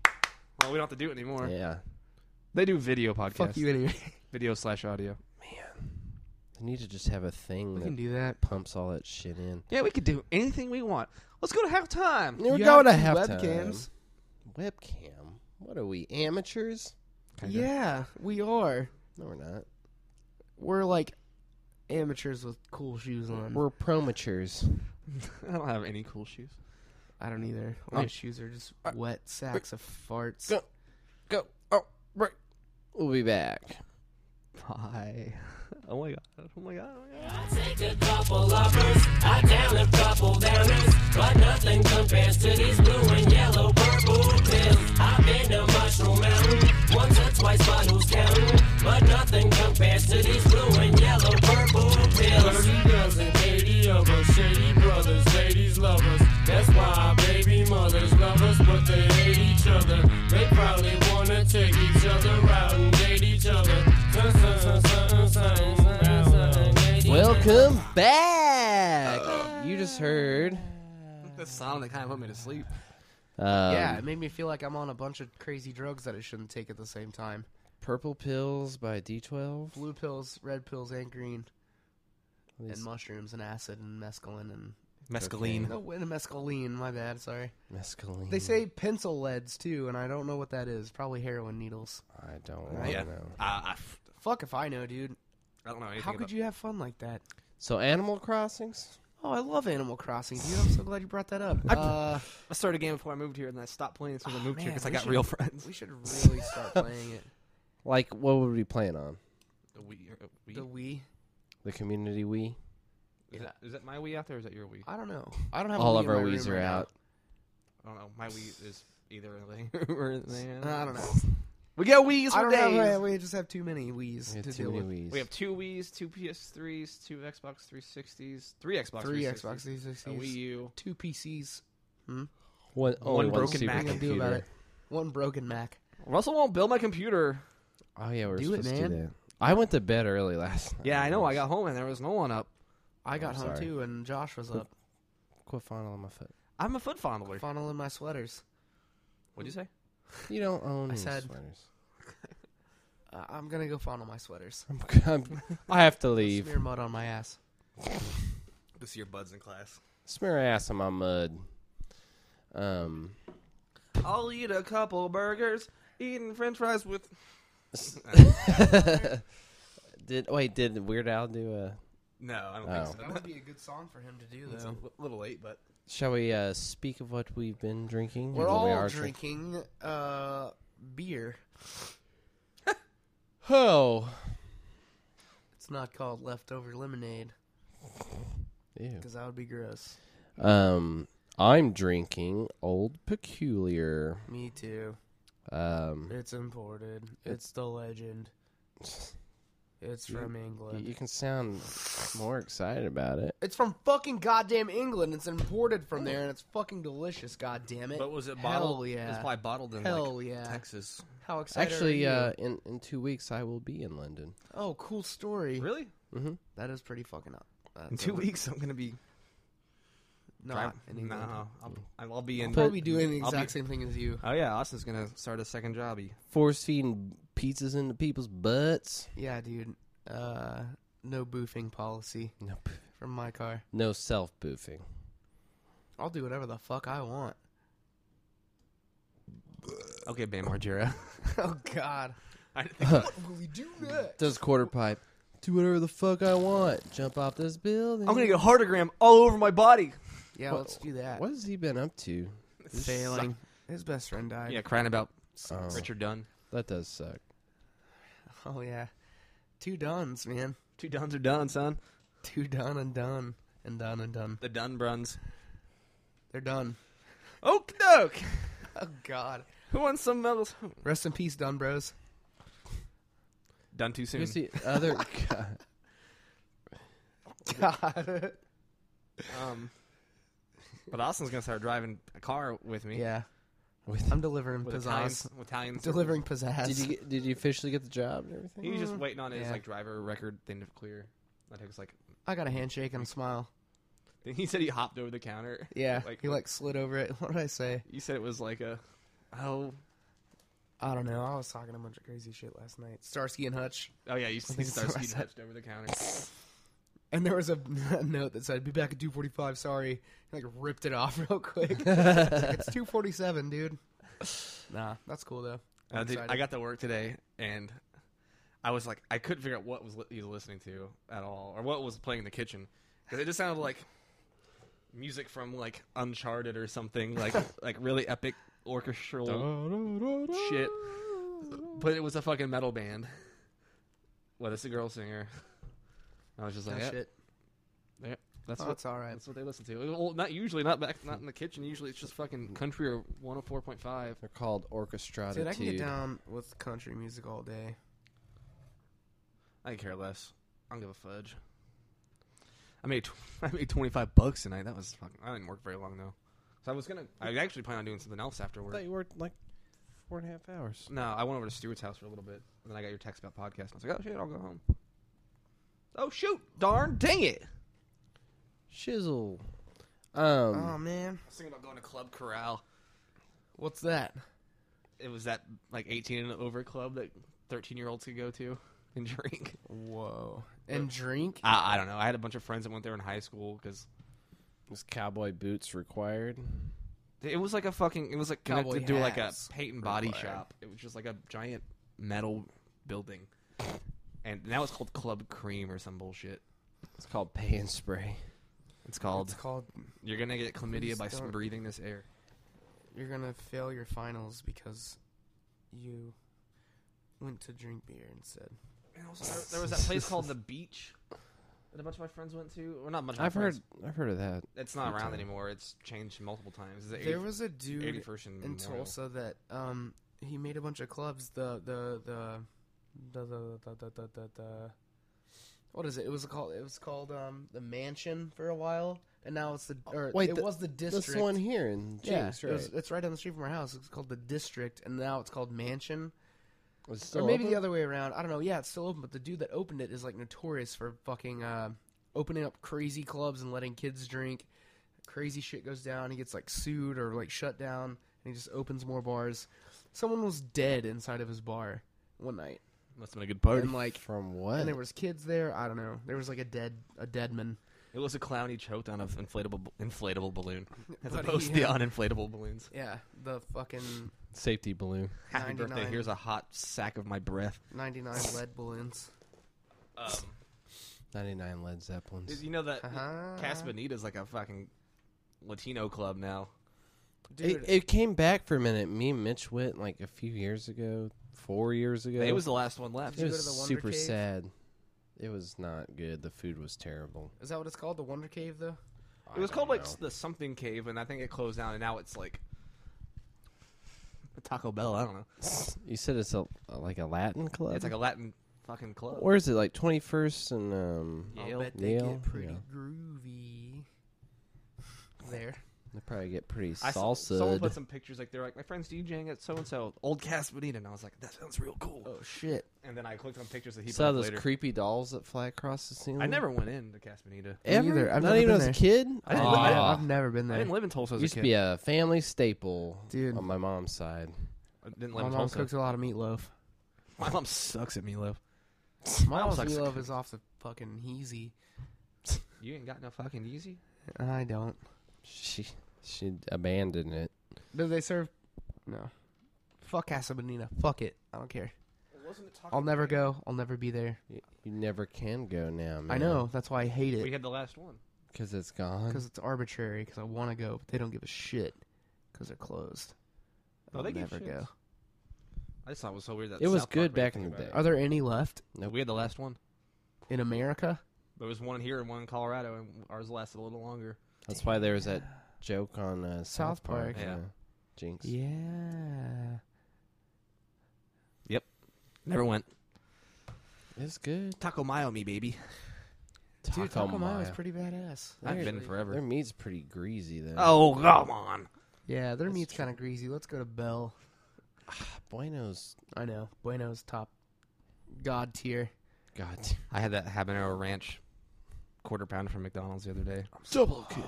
Well, we don't have to do it anymore.
Yeah.
They do video podcasts,
Fuck you anyway.
video slash audio.
I need to just have a thing
we
that
can do that.
pumps all that shit in.
Yeah, we could do anything we want. Let's go to halftime.
We're
You
going to
have
have
two webcams.
Webcam. What are we, amateurs?
Yeah, we are.
No, we're not.
We're like amateurs with cool shoes on.
We're promateurs.
I don't have any cool shoes.
I don't either. My
Um,
shoes are just
uh,
wet sacks of farts.
go- Go. Oh, right. We'll be back.
Hi. Oh my god. Oh my god. Oh my god.
Take a couple offers, I down a couple downers, but nothing compares to these blue and yellow purple pills. I've been to Mushroom Mountain, once or twice, but who's counting? But nothing compares to these blue and yellow purple pills. Thirty dozen, eighty of us, shady brothers, ladies, lovers. That's why baby mothers love us, but they hate each other. They probably wanna take each other out and date each other. Sun, sun, sun, sun, sun, sun, sun, date each
Welcome back. You just heard.
That sound that kind of put me to sleep.
Um,
yeah, it made me feel like I'm on a bunch of crazy drugs that I shouldn't take at the same time.
Purple Pills by D12.
Blue pills, red pills, and green,
These-
and mushrooms, and acid, and mescaline, and
Mescaline.
no, and mescaline. My bad, sorry.
Mescaline.
They say pencil leads too, and I don't know what that is. Probably heroin needles.
I don't want
Yeah.
to know.
I,
Fuck if I know, dude.
I don't know anything
How could you have fun like that?
So Animal Crossings.
Oh, I love Animal Crossing, dude. I'm so glad you brought that up. Uh,
I started a game before I moved here, and I stopped playing since I moved here
man,
because I
we
got
should-
real friends.
we should really start playing it.
Like, what would we plan on?
Wii,
The Wii.
The community Wii.
Is, that, is that my Wii out there, or is that your Wii?
I don't know. I don't have a
All
Wii
of
in
our
my room
Wii's are
right now.
out.
I don't know. My Wii is either in the or in the
I don't know.
We got Wii's
I
for
don't know.
days.
We we just have too many Wii's
We
to
have
deal
too many
with.
Wii's.
We have two Wii's, two PS3s, two Xbox 360s, three Xbox
Three
360s,
Xbox
a Wii
360s,
U.
two PCs,
one, only
one
one
broken
super
Mac.
What are you gonna do about
computer.
it? one broken Mac.
Russell won't build my computer.
Oh yeah, we're
Do it,
supposed to do
man.
that. I went to bed early last night.
Yeah, I know. I got home and there was no one up.
I got home
Oh, sorry.
too, and Josh was up
quit fondling my foot.
I'm a foot fondler.
funneling my sweaters.
What'd you say?
You don't own
I
these
said-
sweaters.
Uh, I'm gonna go fondle my sweaters.
I'm, I'm, I have to leave.
Smear mud on my ass.
This year, Bud's in class.
Smear ass on my mud. Um,
I'll eat a couple burgers, eating French fries with.
did wait? Did Weird Al do a?
No, I don't
Oh.
so.
That would be a good song for him to do,
It's
though.
a little late, but
Shall we uh, speak of what we've been drinking?
We're
What we
all
are drink-
drinking uh, beer.
Oh,
It's not called leftover lemonade
Ew.
because that would be gross.
Um, I'm drinking Old Peculiar.
Me too.
Um,
It's imported. It's the legend. It's
You-
from
y-
England.
you can sound more excited about it.
It's from fucking goddamn England. It's imported from there, and it's fucking delicious. God damn it!
but was it
Hell
bottled? It was
yeah!
probably bottled in
Hell
like
yeah!
Texas.
How excited! are
Actually,
you?
uh, in in two weeks I will be in London.
oh, cool story.
Really?
Mm-hmm.
That is pretty fucking up.
In
That's
two
a-
weeks, I'm gonna be.
Not
I'm-
in England.
No, I'll, I'll be in.
Probably doing the
I'll be-
exact same thing as you.
Oh yeah, Austin's gonna start a second jobby.
Force feeding pizzas into people's butts.
Yeah, dude. Uh, no boofing policy
No, p-
from my car.
no self boofing.
I'll do whatever the fuck I want.
Okay, Bam Margera.
oh God.
I didn't think-
What will he do next?
Does quarter pipe. Do whatever the fuck I want. Jump off this building.
I'm gonna get a heartogram all over my body.
Yeah,
What-
let's do that.
What has he been up to?
Failing. His best friend died.
Yeah, crying about
Oh,
Richard Dunn.
that does suck.
Oh yeah. Two duns, man.
Two Duns are done, son.
Two done and done and done and done.
The Dunn Bruns.
They're done.
Oak doke.
Oh God.
Who wants some medals?
Rest in peace, Dunbros.
Done too soon.
Here's the other. God.
God.
Um, but Austin's gonna start driving a car with me.
yeah.
With-
I'm delivering
with
pizzazz.
Italians. With Italians.
Delivering pizzazz.
Did you get, did you officially get the job and everything?
He's just waiting on his
Yeah.
like driver record thing to clear. That takes like.
I got a handshake and a smile.
Then he said he hopped over the counter.
Yeah.
Like-
he like slid over it. What did I say?
You said it was like a. Oh,
I don't know. I was talking a bunch of crazy shit last night. Starsky and Hutch.
oh yeah. You
think
started
so, I
speeding
said-
touched over the counter.
And there was a note that said, "Be back at 2:45." Sorry, he, like ripped it off real quick. It's like, it's 2:47, dude. Nah, that's cool though. I'm
Uh, dude, I
excited.
got to work today, and I was like, I couldn't figure out what was li- he was listening to at all, or what was playing in the kitchen, 'Cause it just sounded like music from like Uncharted or something, like like really epic
Oh,
orchestral
Oh.
shit. But it was a fucking metal band. Well, it's a girl singer. I was just
Oh,
like, "Yeah,
shit.
yeah, that's
Oh,
what
that's all right.
Uh, that's what they listen to. Well, not usually, not back, not in the kitchen. Usually, it's just fucking country or one hundred four point five.
They're called orchestrata.
Dude, I can
too.
get down with country music all day.
I could care less. I don't give a fudge. I made tw- I made twenty five bucks tonight. That was fucking. I didn't work very long though, so I was gonna. I actually plan on doing something else after
I
work.
thought you worked like four and a half hours.
No, I went over to Stewart's house for a little bit, and then I got your text about podcast. And I was like, oh shit, I'll go home. Oh shoot, darn, dang it! I
Shizzle. Um,
Oh man,
was thinking about going to Club Corral.
what's that?
It was that like eighteen and over club that thirteen year olds could go to and drink.
Whoa. And drink?
I, I don't know. I had a bunch of friends that went there in high school because
is cowboy boots required?
It was like a fucking. It was like
Cowboy
connected to like a
hats
paint and body
required.
shop. It was just like a giant metal building, and now it's called Club Cream or some bullshit.
It's called pay and spray.
It's called.
It's called.
you're gonna get chlamydia
Please
by
don't.
breathing this air.
You're gonna fail your finals because you went to drink beer instead.
And also, there, there was that place called the Beach that a bunch of my friends went to. Or not much. Of my
I've heard.
friends.
I've heard of that.
it's not
few
around
times.
anymore. It's changed multiple times. It's
There was a dude
eighty first and
in
Memorial.
Tulsa that um he made a bunch of clubs. The the the the the the the, the, the, the what is it? It was called it was called um the mansion for a while, and now it's the or
wait,
it
the-
was the district.
This one here in
yeah,
Jinx,
it
right?
was, it's right down the street from our house. It's called the district, and now it's called mansion,
Was it
or
still
maybe
open?
the other way around. I don't know. Yeah, it's still open, but the dude that opened it is like notorious for fucking uh, opening up crazy clubs and letting kids drink. Crazy shit goes down. He gets like sued or like shut down, and he just opens more bars. Someone was dead inside of his bar one night,
Must have been a good party.
and like,
from what?
and there was kids there. I don't know. There was like a dead a dead man.
It was a clown he choked on an inflatable inflatable balloon, as
But
opposed
he,
to the
uh,
uninflatable balloons.
Yeah, the fucking
Safety balloon.
Happy
99.
birthday! Here's a hot sack of my breath.
ninety nine lead balloons.
Um,
Ninety nine Led Zeppelins.
Did You know that
Uh-huh.
Casa Bonita's like a fucking Latino club now.
It, it came back for a minute. Me and Mitch went like a few years ago, four years ago.
It was the last one left.
It
you go
was
to the Wonder
super
Cave?
sad. It was not good. The food was terrible.
Is that what it's called? The Wonder Cave, though.
It was
I
called
don't
like
know.
the something cave, and I think it closed down, and now it's like Taco Bell. I don't know.
You said it's a like a Latin club.
It's like a Latin fucking club.
Where is it? Like twenty first and um.
Yale.
I'll bet they
Yale,
get pretty
yeah.
groovy there.
They probably get pretty
I saw- someone put
salsa.
some pictures like they're like my friend's DJing at so and so old Casa Bonita, and I was like that sounds real cool.
Oh shit!
And then I clicked on pictures that he put
Saw
up
those
later.
creepy dolls that fly across the ceiling.
I never went in to Casa Bonita.
ever.
Me either. I've
not
never
even
been
as
there.
a kid.
I didn't
Aw.
live in
I've never been
I
there.
didn't live in Tulsa as a
Used
kid.
to be a family staple,
Dude.
on my mom's side.
I didn't live
My
in
mom
Tulsa.
cooks a lot of meatloaf.
My mom sucks at meatloaf. mom
My mom's
sucks at
meatloaf
cooking.
is off the fucking heezy.
You ain't got no fucking easy.
I don't.
She she abandoned it.
Do they serve? No. Fuck Casa Bonita. Fuck it. I don't care. I'll never go. I'll never be there.
You, you never can go now. Man,
I know. That's why I hate
We
it.
had the last one.
because it's gone.
Because it's arbitrary. Because I want to go, but they don't give a shit. Because they're closed.
No,
I'll
Oh, they give
never
shits.
go.
I just thought it was so weird that
It was
South Park
good
made a
back
thing
in the
about it.
day.
Are there any left
No, we had the last one.
in America?
There was one here and one in Colorado, and ours lasted a little longer.
That's why there was that joke on uh, South Park.
Park.
Yeah.
uh, Jinx.
Yeah.
Never went.
It's good.
Taco Mayo, me baby.
Dude, Taco, Mile is
Maya.
pretty badass.
I've been
Their-
forever.
Their meat's pretty greasy though.
Oh come on!
Yeah, their
That's
meat's
true.
kind of greasy. Let's go to Bell.
Bueno's
I know. Bueno's top god tier.
God.
I had that habanero ranch quarter pounder from McDonald's the other day.
Double kill.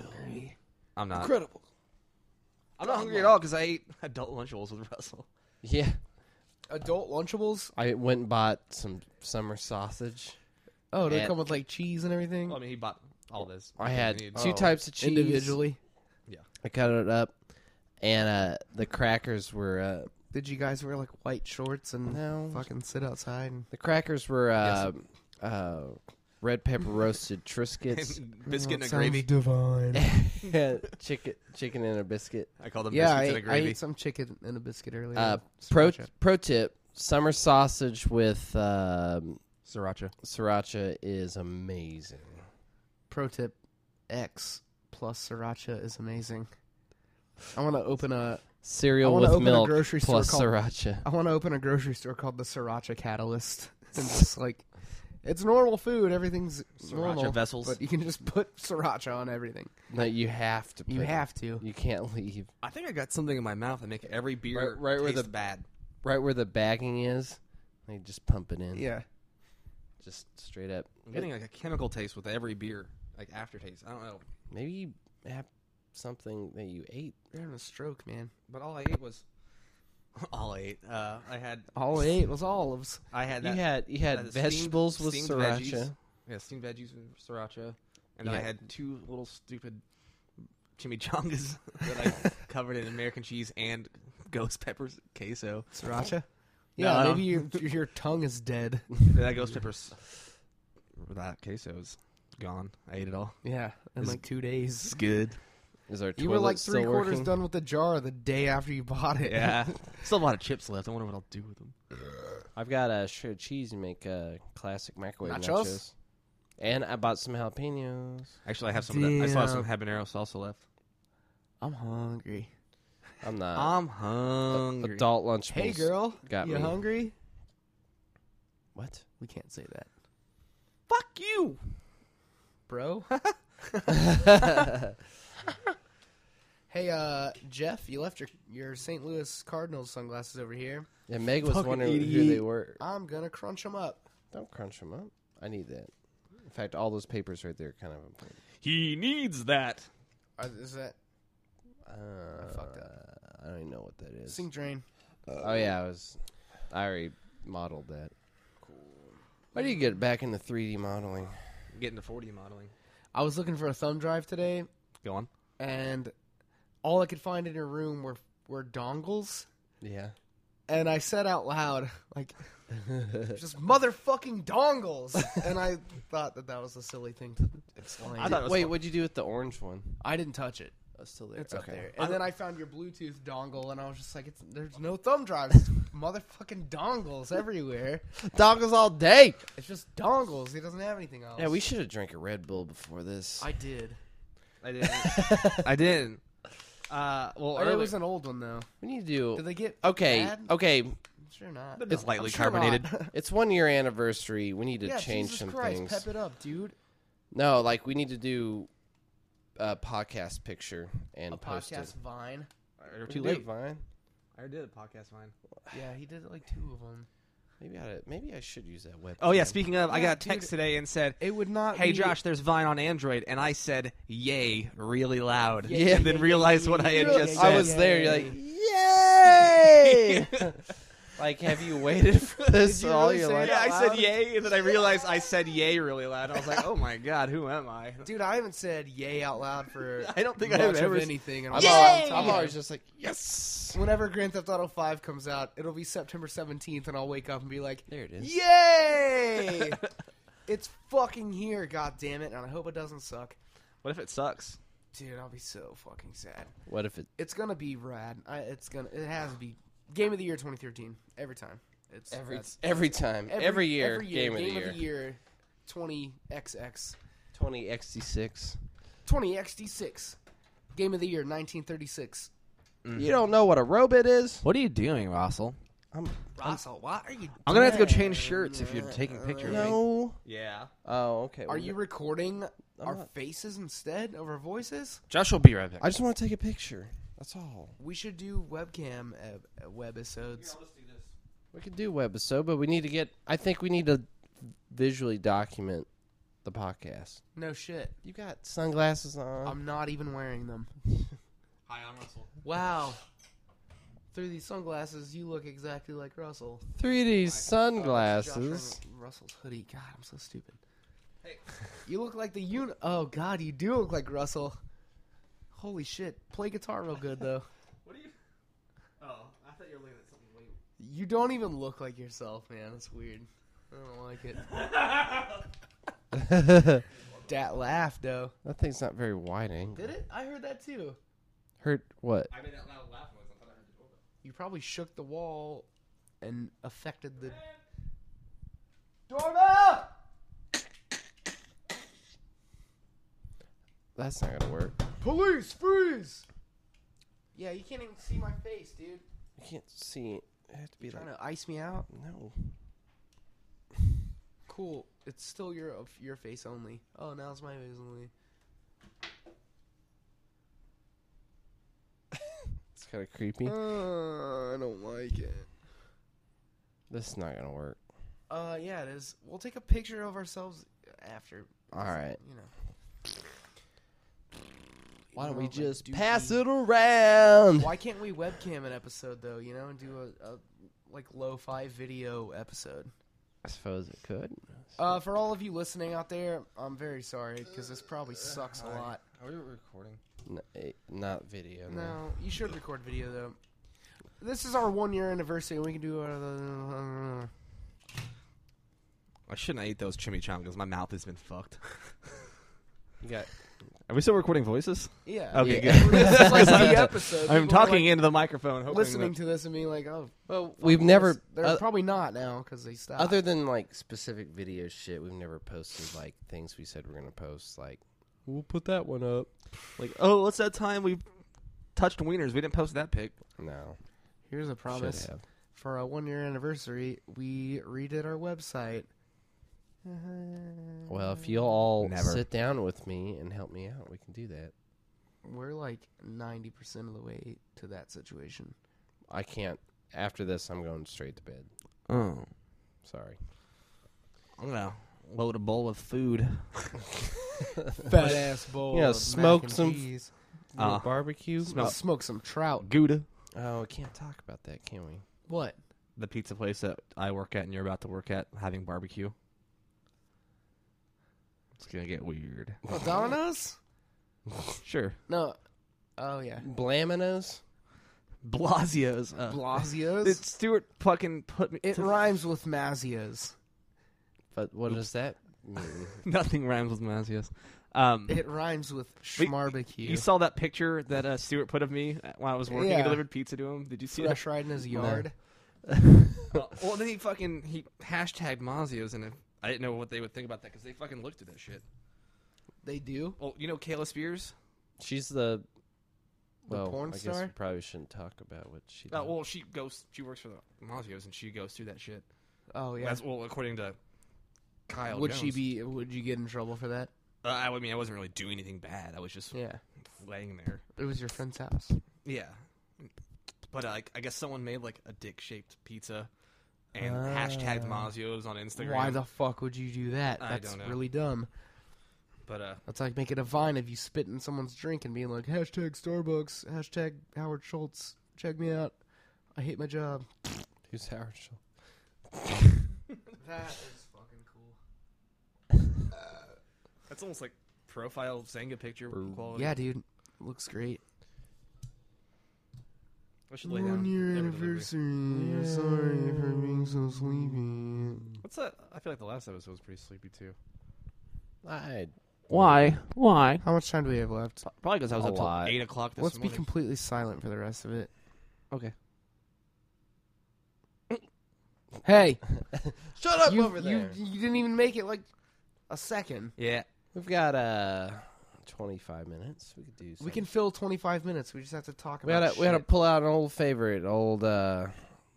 I'm not.
Incredible.
I'm not hungry at all because I ate adult lunchables with Russell.
Yeah.
Adult Lunchables?
I went and bought some summer sausage.
Oh, they
Yeah.
come with like cheese and everything
Well, I mean, he bought all this.
I had two
He- oh,
types of cheese.
individually.
I cut it up and uh the crackers were uh
Did you guys wear like white shorts and
no
fucking sit outside? And...
the crackers were uh uh red pepper roasted triscuits
biscuit and
Oh,
a gravy.
divine.
Yeah, chicken chicken and a biscuit.
I call them
yeah,
biscuits and
I,
a
I
gravy.
ate some chicken and a biscuit earlier.
Uh,
Sriracha.
Pro pro tip: summer sausage with um,
Sriracha.
sriracha is amazing.
pro tip X plus sriracha is amazing. I want to open a I
Cereal
wanna
with
open a
milk
grocery store
plus
called-
sriracha.
I want to open a grocery store called the Sriracha Catalyst. And just like, it's normal food. Everything's normal.
vessels.
But you can just put sriracha on everything.
No, you have to. Put
You
it.
have to.
You can't leave.
I think I got something in my mouth that make every beer
Right- right where
taste
the-
bad.
Right where the bagging is, they just pump it in.
Yeah.
just straight up.
I'm getting like a chemical taste with every beer, like aftertaste. I don't know,
Maybe you have something that you ate.
You're having a stroke, man.
but all I ate was all I ate. Uh, I had
All I ate was olives.
I had that,
you had you
that
had
steamed-
vegetables with
steamed
sriracha.
veggies. yeah, steamed veggies with sriracha, and I
Yeah.
had two little stupid chimichangas that I covered in American cheese and ghost peppers queso. No,
Sriracha? Yeah,
I
maybe your, your tongue is dead.
that ghost peppers, that queso's gone. I ate it all.
Yeah, in
Is-
like two days.
It's good.
Is our
You were like
toilet
three
still
quarters
working?
done with the jar the day after you bought it.
Yeah, still a lot of chips left. I wonder what I'll do with them.
I've got a shredded cheese to make uh, classic microwave
Nachos?
nachos. and I bought some jalapenos.
Actually, I have some. Of that. I still have some
Damn.
habanero salsa left.
I'm hungry.
I'm not
I'm hungry.
adult lunchables.
Hey, girl.
got
you
me.
hungry?
What?
We can't say that.
Fuck you.
Bro? hey, uh, Jeff, you left your, your St. Louis Cardinals sunglasses over here.
Yeah, Meg was
Fucking
wondering who
idiot.
they were.
I'm gonna crunch them up.
Don't crunch them up. I need that. In fact, all those papers right there are kind of important.
He needs that.
Are, is that
Uh, I
fucked
I don't even know what that is.
sink drain?
oh yeah, I was. I already modeled that. Why do you get back into 3D modeling?
Getting to 40 modeling.
I was looking for a thumb drive today,
Go on.
and all I could find in your room were were dongles.
Yeah.
And I said out loud, like, just motherfucking dongles. And I thought that that was a silly thing to explain.
I thought it was
Wait,
fun.
what'd you do with the orange one?
I didn't touch it.
That's still there.
It's up
okay.
there.
I-
And then I found your Bluetooth dongle, and I was just like, it's, there's no thumb drives. It's motherfucking dongles everywhere.
Doggles all day.
It's just dongles. He doesn't have anything else.
Yeah, we should have drank a Red Bull before this.
I did.
I didn't. I didn't. Uh, well,
Or
earlier-
it was an old one, though.
we need to do.
Did they get
okay,
bad?
okay.
I'm sure not.
But it's
I'm
lightly
sure not.
carbonated.
It's one year anniversary. We need to
yeah,
change
Jesus
some
Christ,
things.
pep it up, dude.
No, like we need to do a podcast picture and
A
post
podcast
it.
vine.
Or
We
too
can do
late.
Vine.
I already did a podcast mine.
Yeah, he did like two of them.
Maybe I maybe I should use that web.
Oh yeah. Speaking of, I
Yeah,
got a text today and said,
It would not.
"Hey
be-
Josh, there's Vine on Android," and I said, "Yay!" really loud.
Yeah, yeah,
And then
yeah,
realized
yeah,
what I had
yeah,
just
yeah,
said.
I was
yeah,
there.
yeah,
You're like, yay! like, have you waited for this
Did you
all
really
your
say
life?
Yeah, I
loud?
said yay, and then I realized I said yay really loud. I was like, "Oh my god, who am I?"
Dude, I haven't said yay out loud for.
I don't think
much
I have
of
ever.
anything. And
I'm,
I'm
always,
I'm
I'm always just like, yes.
Whenever Grand Theft Auto 5 comes out, it'll be September 17th, and I'll wake up and be like,
There it is.
"Yay! it's fucking here, god damn it!" And I hope it doesn't suck,
What if it sucks?
dude. I'll be so fucking sad.
What if it?
It's gonna be rad. I, it's gonna. It has to be game of the year 2013 every time. It's
Every
that's-
every time, every, year,
every year,
game, of the year,
20 XX,
twenty xd six.
20 XD6, game of the year 1936.
Mm. You don't know what a robot is.
What are you doing, Russell?
I'm
Russell, why are you?
I'm gonna have to go change shirts if you're taking pictures. of me.
no.
Yeah.
Oh, okay.
Are
well,
you recording our
not.
faces instead of our voices?
Josh will be right back.
I just want to take a picture. That's all.
We should do webcam uh, uh, webisodes.
We could do webisode, but we need to get. I think we need to visually document the podcast.
No shit.
You got sunglasses on.
I'm not even wearing them.
Oh. Hi, I'm Russell.
Wow. Through these sunglasses, you look exactly like Russell. Josh
3D
wearing
sunglasses.
Russell's hoodie. God, I'm so stupid. You look like the uni. Oh God, you do look like Russell. Holy shit! Play guitar real good though.
What are you? Oh, I thought you were looking at something.
You don't even look like yourself, man. That's weird. I don't like it.
that
That laugh though.
thing's not very wide angle.
Did it? I heard that too.
Heard what?
I made that loud laugh noise. I thought I heard the doorbell.
You probably shook the wall and affected the doorbell.
That's not gonna work.
Police freeze. Yeah, you can't even see my face, dude.
I can't see. I have to be like
Trying to ice me out.
no.
Cool. It's still your of your face only. Oh, now it's my face only.
It's kind of creepy.
Uh, I don't like it.
This is not gonna work.
Uh, yeah, it is. We'll take a picture of ourselves after.
All right.
You know.
Why don't we
Well, like,
just
do
pass
we-
it around?
Why can't we webcam an episode though? You know, and do a, a like lo-fi video episode.
I suppose it could.
Uh, for all of you listening out there, I'm very sorry because this probably sucks a lot.
Are we recording?
N- eh, not video. No.
No, you should record video though. This is our one year anniversary. and We can do. Uh,
I shouldn't have ate those chimichangas. My mouth has been fucked.
You got
Are we still recording voices?
yeah.
Okay,
Yeah.
good.
This is like the
I'm-
episode.
I'm
People are,
talking
like,
into the microphone, hoping
listening
that-
to this and being like, "Oh, well,
We've
fuck
never-
this. They're
uh,
probably not now because they stopped.
other than like specific video shit, we've never posted like things we said we're gonna post. Like we'll put that one up.
like, oh, what's that time we touched wieners? We didn't post that pic.
No,
Here's a promise
should have.
for our one year anniversary. We redid our website.
Well, if you'll all
Never.
sit down with me and help me out, we can do that.
We're like ninety percent of the way to that situation.
I can't. After this, I'm going straight to bed.
Oh,
Sorry.
I'm gonna load a bowl of food.
Fat ass bowl.
Yeah,
of
smoke
mac and
some-
cheese.
Uh,
barbecue.
smell-
smoke some trout.
Gouda,
Oh, we can't talk about that, can we?
What?
the pizza place that I work at and you're about to work at, having barbecue. It's gonna get weird.
Oh, Domino's?
sure,
No. Oh yeah.
Blaminos.
Blasio's. Uh,
Blasios.
it- Stuart fucking put me.
it
to-
rhymes with Mazios.
But what does that mean?
nothing rhymes with Blasio's. Um,
It rhymes with
Wait,
schmarbecue.
You saw that picture that uh, Stuart put of me when I was working. I
Yeah.
delivered pizza to him. Did you see that?
Fresh ride in his yard.
Well, well, then he fucking he hashtagged Mazios, and I didn't know what they would think about that because they fucking looked at that shit.
They do.
Well, you know Kayla Spears.
She's the.
The
Well,
porn
I guess we
star?
probably shouldn't talk about what she.
Uh,
did.
well, she goes. She works for the Mazios, and she goes through that shit.
Oh yeah.
That's well, according to Kyle.
Would she
Jones.
be? Would you get in trouble for that?
Uh, I mean, I wasn't really doing anything bad. I was just
Yeah.
laying there.
It was your friend's house.
Yeah, but uh, like, I guess someone made like a dick shaped pizza and hashtagged Mazios on Instagram.
Uh, Why the fuck would you do that?
I
That's
don't know.
really dumb.
but uh,
That's like making a vine of you spitting someone's drink and being like hashtag Starbucks, hashtag Howard Schultz, check me out. I hate my job.
Who's Howard Schultz?
That is fucking cool. Uh,
that's almost like profile Zanga picture quality.
Yeah, dude, looks great.
I should lay down. every delivery.
Sorry for being so sleepy.
What's that? I feel like the last episode was pretty sleepy too.
I
Why? Why?
How much time do we have left?
Probably because I was
A
up till
lot.
eight o'clock this
Let's be
morning.
completely silent for the rest of it.
okay.
Hey,
shut up
you,
over
you,
there.
you didn't even make it like a second.
Yeah.
We've got uh, 25 minutes. We could do.
We
something.
can fill 25 minutes. We just have to talk
We
about
gotta we gotta
shit.
pull out an old favorite, old uh,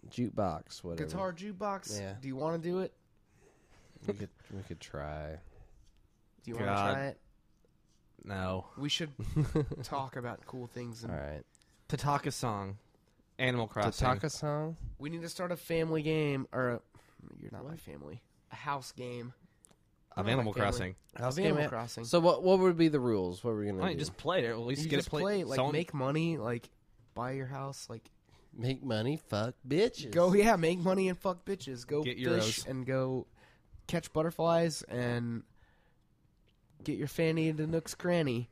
jukebox, whatever.
Guitar jukebox.
Yeah.
Do you want to do it?
We could we could try.
Do you want to
God.
try it?
No.
We should
All
talk about cool things. And
right.
Tataka song. Animal Crossing.
Tataka song.
We need to start a family game, or a, you're not my family. A house game.
of
Yeah,
Animal
my family.
Crossing.
How's the
Animal
game?
Crossing.
So what what would be the rules? What were we gonna
Why don't you
do?
just play it? Or at least
you
get
just
a play.
play, like
someone-
make money, like buy your house, like
make money, fuck bitches.
go yeah, make money and fuck bitches. Go
Get
fish
euros.
and go catch butterflies and get your fanny into Nook's cranny.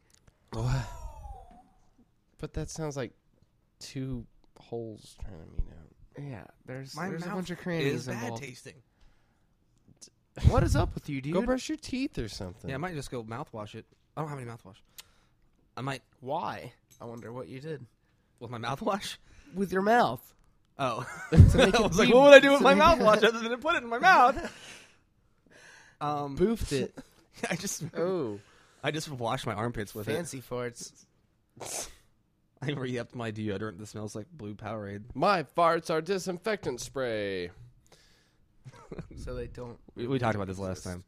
But that sounds like two holes trying to meet out.
Yeah, there's
My
there's a
mouth
bunch of
It
crannies
is bad
involved.
tasting.
What is up with you, dude?
Go brush your teeth or something.
Yeah, I might just go mouthwash it. I don't have any mouthwash. I might
Why? I wonder what you did
with my mouthwash.
with your mouth.
Oh,
make
I
it
was like,
beep.
what would I do with
So
my
make it-
mouthwash other than put it in my mouth? Um,
Boofed it.
I just
oh,
I just washed my armpits with
fancy farts.
it. I re-upped my deodorant that smells like blue Powerade.
My farts are disinfectant spray.
So they don't.
We, we talked about this last time.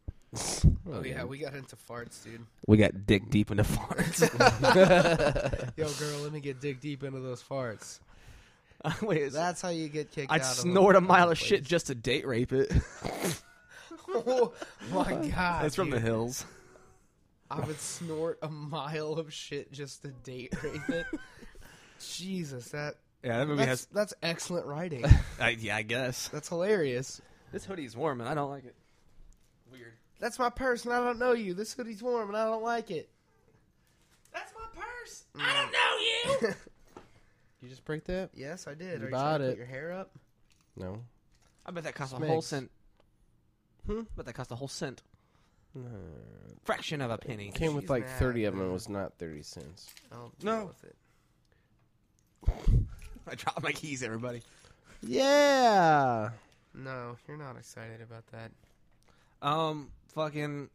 Oh yeah, we got into farts, dude.
We got dick deep into farts.
Yo, girl, let me get dig deep into those farts.
Wait, is
That's how you get kicked
I'd
out.
snort a
of
mile of shit just to date rape it.
oh my god!
That's from the
dude.
hills.
I would snort a mile of shit just to date rape it. Jesus, that
Yeah, that movie
that's,
has.
that's excellent writing.
I yeah, I guess
That's hilarious.
this hoodie is warm and I don't like it. Weird.
That's my purse, and I don't know you. This hoodie's warm, and I don't like it.
That's my purse.
I don't know you.
You just break that?
yes, I did.
You
Are you
bought
trying to
it.
put your hair up?
No.
I bet that cost a
Smegs.
whole cent. Hmm? Bet that cost a whole cent. Fraction of a penny.
Came with
She's
like
mad.
30 of them. It was not 30 cents.
I'll deal
No.
with it.
I dropped my keys, everybody.
Yeah.
No, you're not excited about that.
Um, fucking.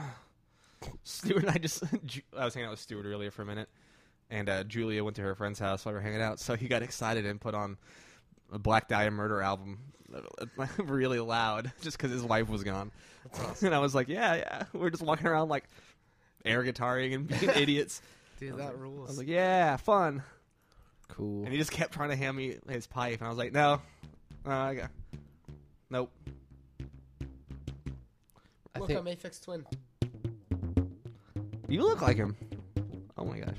Stuart and I just. Ju- I was hanging out with Stuart earlier for a minute, and uh, Julia went to her friend's house while we were hanging out, so he got excited and put on a Black Dahlia Murder album like, really loud just because his wife was gone. And I was like, yeah, yeah. We're just walking around like air guitaring and being idiots.
Dude, that
I
rules.
was like, yeah, fun.
Cool.
And he just kept trying to hand me his pipe, and I was like, no, uh, I got, nope.
I
Look,
think-
I'm Aphex Twin.
You look like him. Oh my gosh.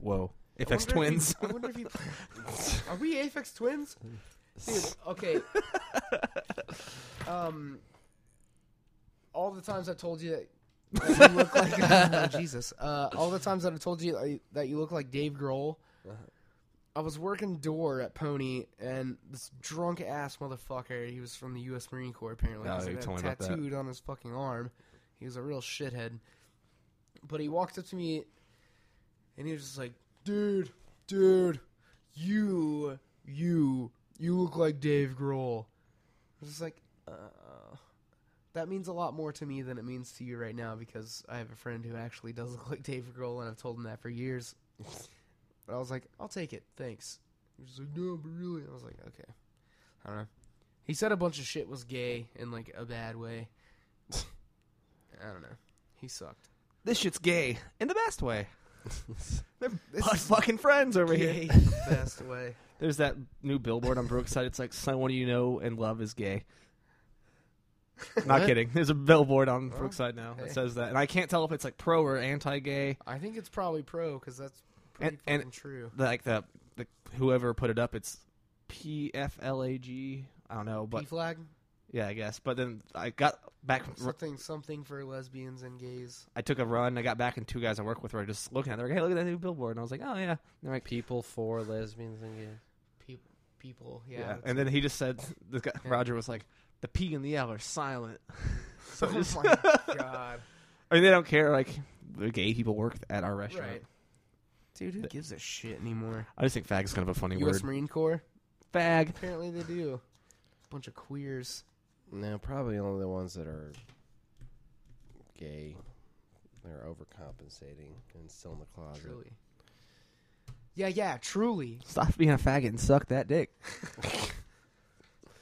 Whoa.
I wonder
Apex
if he-
Twins.
I wonder if he. Are we Aphex Twins? Dude, okay. um, all the times I told you that. that you look like oh, Jesus. Uh, all the times that I told you that you- that you look like Dave Grohl,
Uh-huh.
I was working door at Pony, and this drunk ass motherfucker. He was from the U.S. Marine Corps apparently.
Oh,
He's
you
like,
told me about that.
tattooed on his fucking arm. He was a real shithead. But he walked up to me and he was just like, dude, dude, you, you, you look like Dave Grohl. I was just like, uh, that means a lot more to me than it means to you right now because I have a friend who actually does look like Dave Grohl and I've told him that for years. But I was like, I'll take it, thanks. He was just like, no, but really? I was like, okay. I don't know. He said a bunch of shit was gay in like a bad way. I don't know. He sucked.
this shit's gay in the best way. But fucking friends over here.
Gay the best way.
There's that new billboard on Brookside. It's like someone you know and love is gay. Not
What?
kidding. There's a billboard on Brookside now
hey.
that says that, and I can't tell if it's like pro or anti-gay.
I think it's probably pro because that's pretty
And- and-
fucking true.
the- like the, the whoever put it up, it's P F L A G. I don't know, but
P flag
yeah, I guess. But then I got back.
something something for lesbians and gays.
I took a run. I got back, and two guys I work with were just looking at. it. They're like, "Hey, look at that new billboard!" And I was like, "Oh yeah." And they're like,
People for lesbians and gays.
People, people, yeah.
"Yeah."
that's-
And then he just said, "This guy
Yeah.
Roger was like." The P and the L are silent. so just-
oh my god,
I mean, they don't care. Like, the gay people work at our restaurant.
right? Dude, who gives a shit anymore?
I just think fag is kind of a funny
U.S.
word.
Marine Corps.
Fag.
Apparently they do. Bunch of queers.
No, probably only the ones that are gay. They're overcompensating and still in the closet.
Truly. Yeah, yeah, truly.
Stop being a faggot and suck that dick.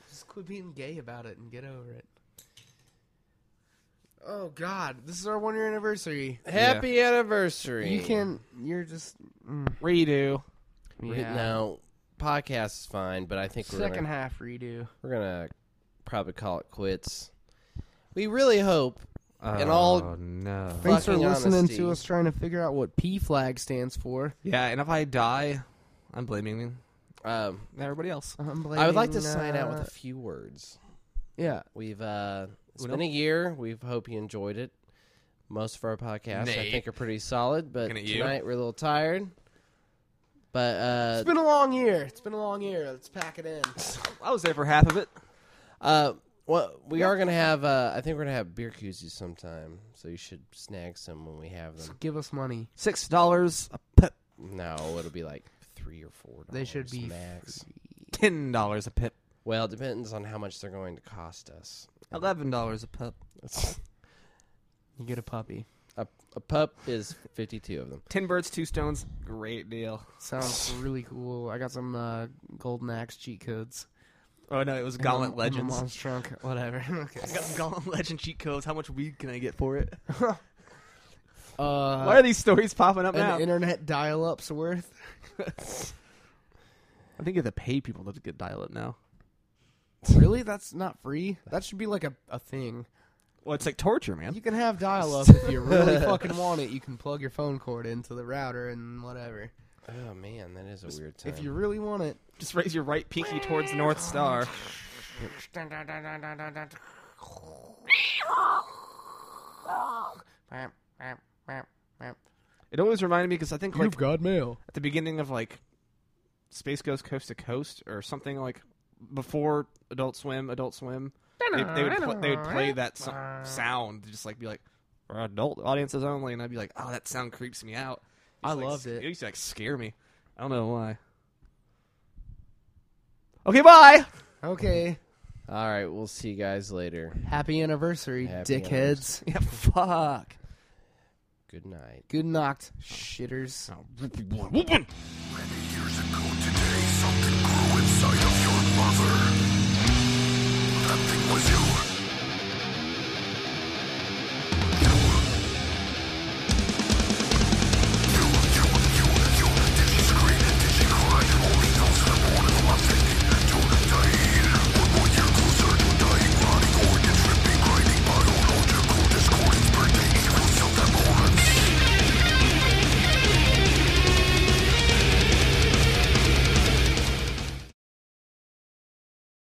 Just quit being gay about it and get over it. Oh God, this is our one year anniversary.
Happy anniversary.
You can. You're just mm,
Redo.
We- Now, podcast is fine, but I think we're
Second
gonna,
half redo.
we're gonna probably call it quits. We really hope And all-
Oh, no.
Thanks for
Fucking
listening
honesty.
to us trying to figure out what P flag stands for.
Yeah, and if I die, I'm blaming
um,
everybody else.
I would like to sign out with a few words.
uh, yeah.
We've uh, it's
Uno?
been a year. We hope you enjoyed it. Most of our podcasts, I
Nate.
think, are pretty solid, but
Looking at you.
tonight we're a little tired. But uh,
It's been a long year. It's been a long year. Let's pack it in.
I was there for half of it.
Uh, well, we are gonna have. Uh, I think we're gonna have beer koozies sometime, so you should snag some when we have them.
Give us money.
six dollars a pip.
No, it'll be like three or four.
They should
dollars
be
max.
Ten dollars a pip.
Well, it depends on how much they're going to cost us.
Eleven dollars a pip.
You get a puppy.
a a pup is fifty two of them.
Ten birds, two stones. Great deal.
Sounds really cool. I got some uh, golden axe cheat codes.
Oh no, it was
In
Gauntlet
my- in my
Legends.
mom's trunk. Whatever. okay.
I got some Gauntlet Legend cheat codes. How much weed can I get for it?
Uh,
Why are these stories popping up
an
now?
internet dial-up's worth.
I think you have to pay people to get dial it now.
really? That's not free. That should be like a, a thing.
Well, it's like torture, man.
You can have dial-up if you really fucking want it. You can plug your phone cord into the router and whatever.
Oh man, that is a weird time.
If you really want it.
Just raise your right pinky towards the North Star. It always reminded me because I think like
got mail.
at the beginning of like Space Goes Coast to Coast or something like before Adult Swim, Adult Swim, they, they would pl- they would play that so- sound to just like be like for adult audiences only, and I'd be like, oh, that sound creeps me out. It
I
used to, like,
loved
s-
it.
It used to like scare me. I don't know why. Okay, bye.
Okay.
All right, we'll see you guys later.
Happy anniversary,
Happy
dickheads.
Yeah, fuck.
Good night.
Good knocked,
Years
shitters.
ago today, something grew inside of your mother. That thing was you.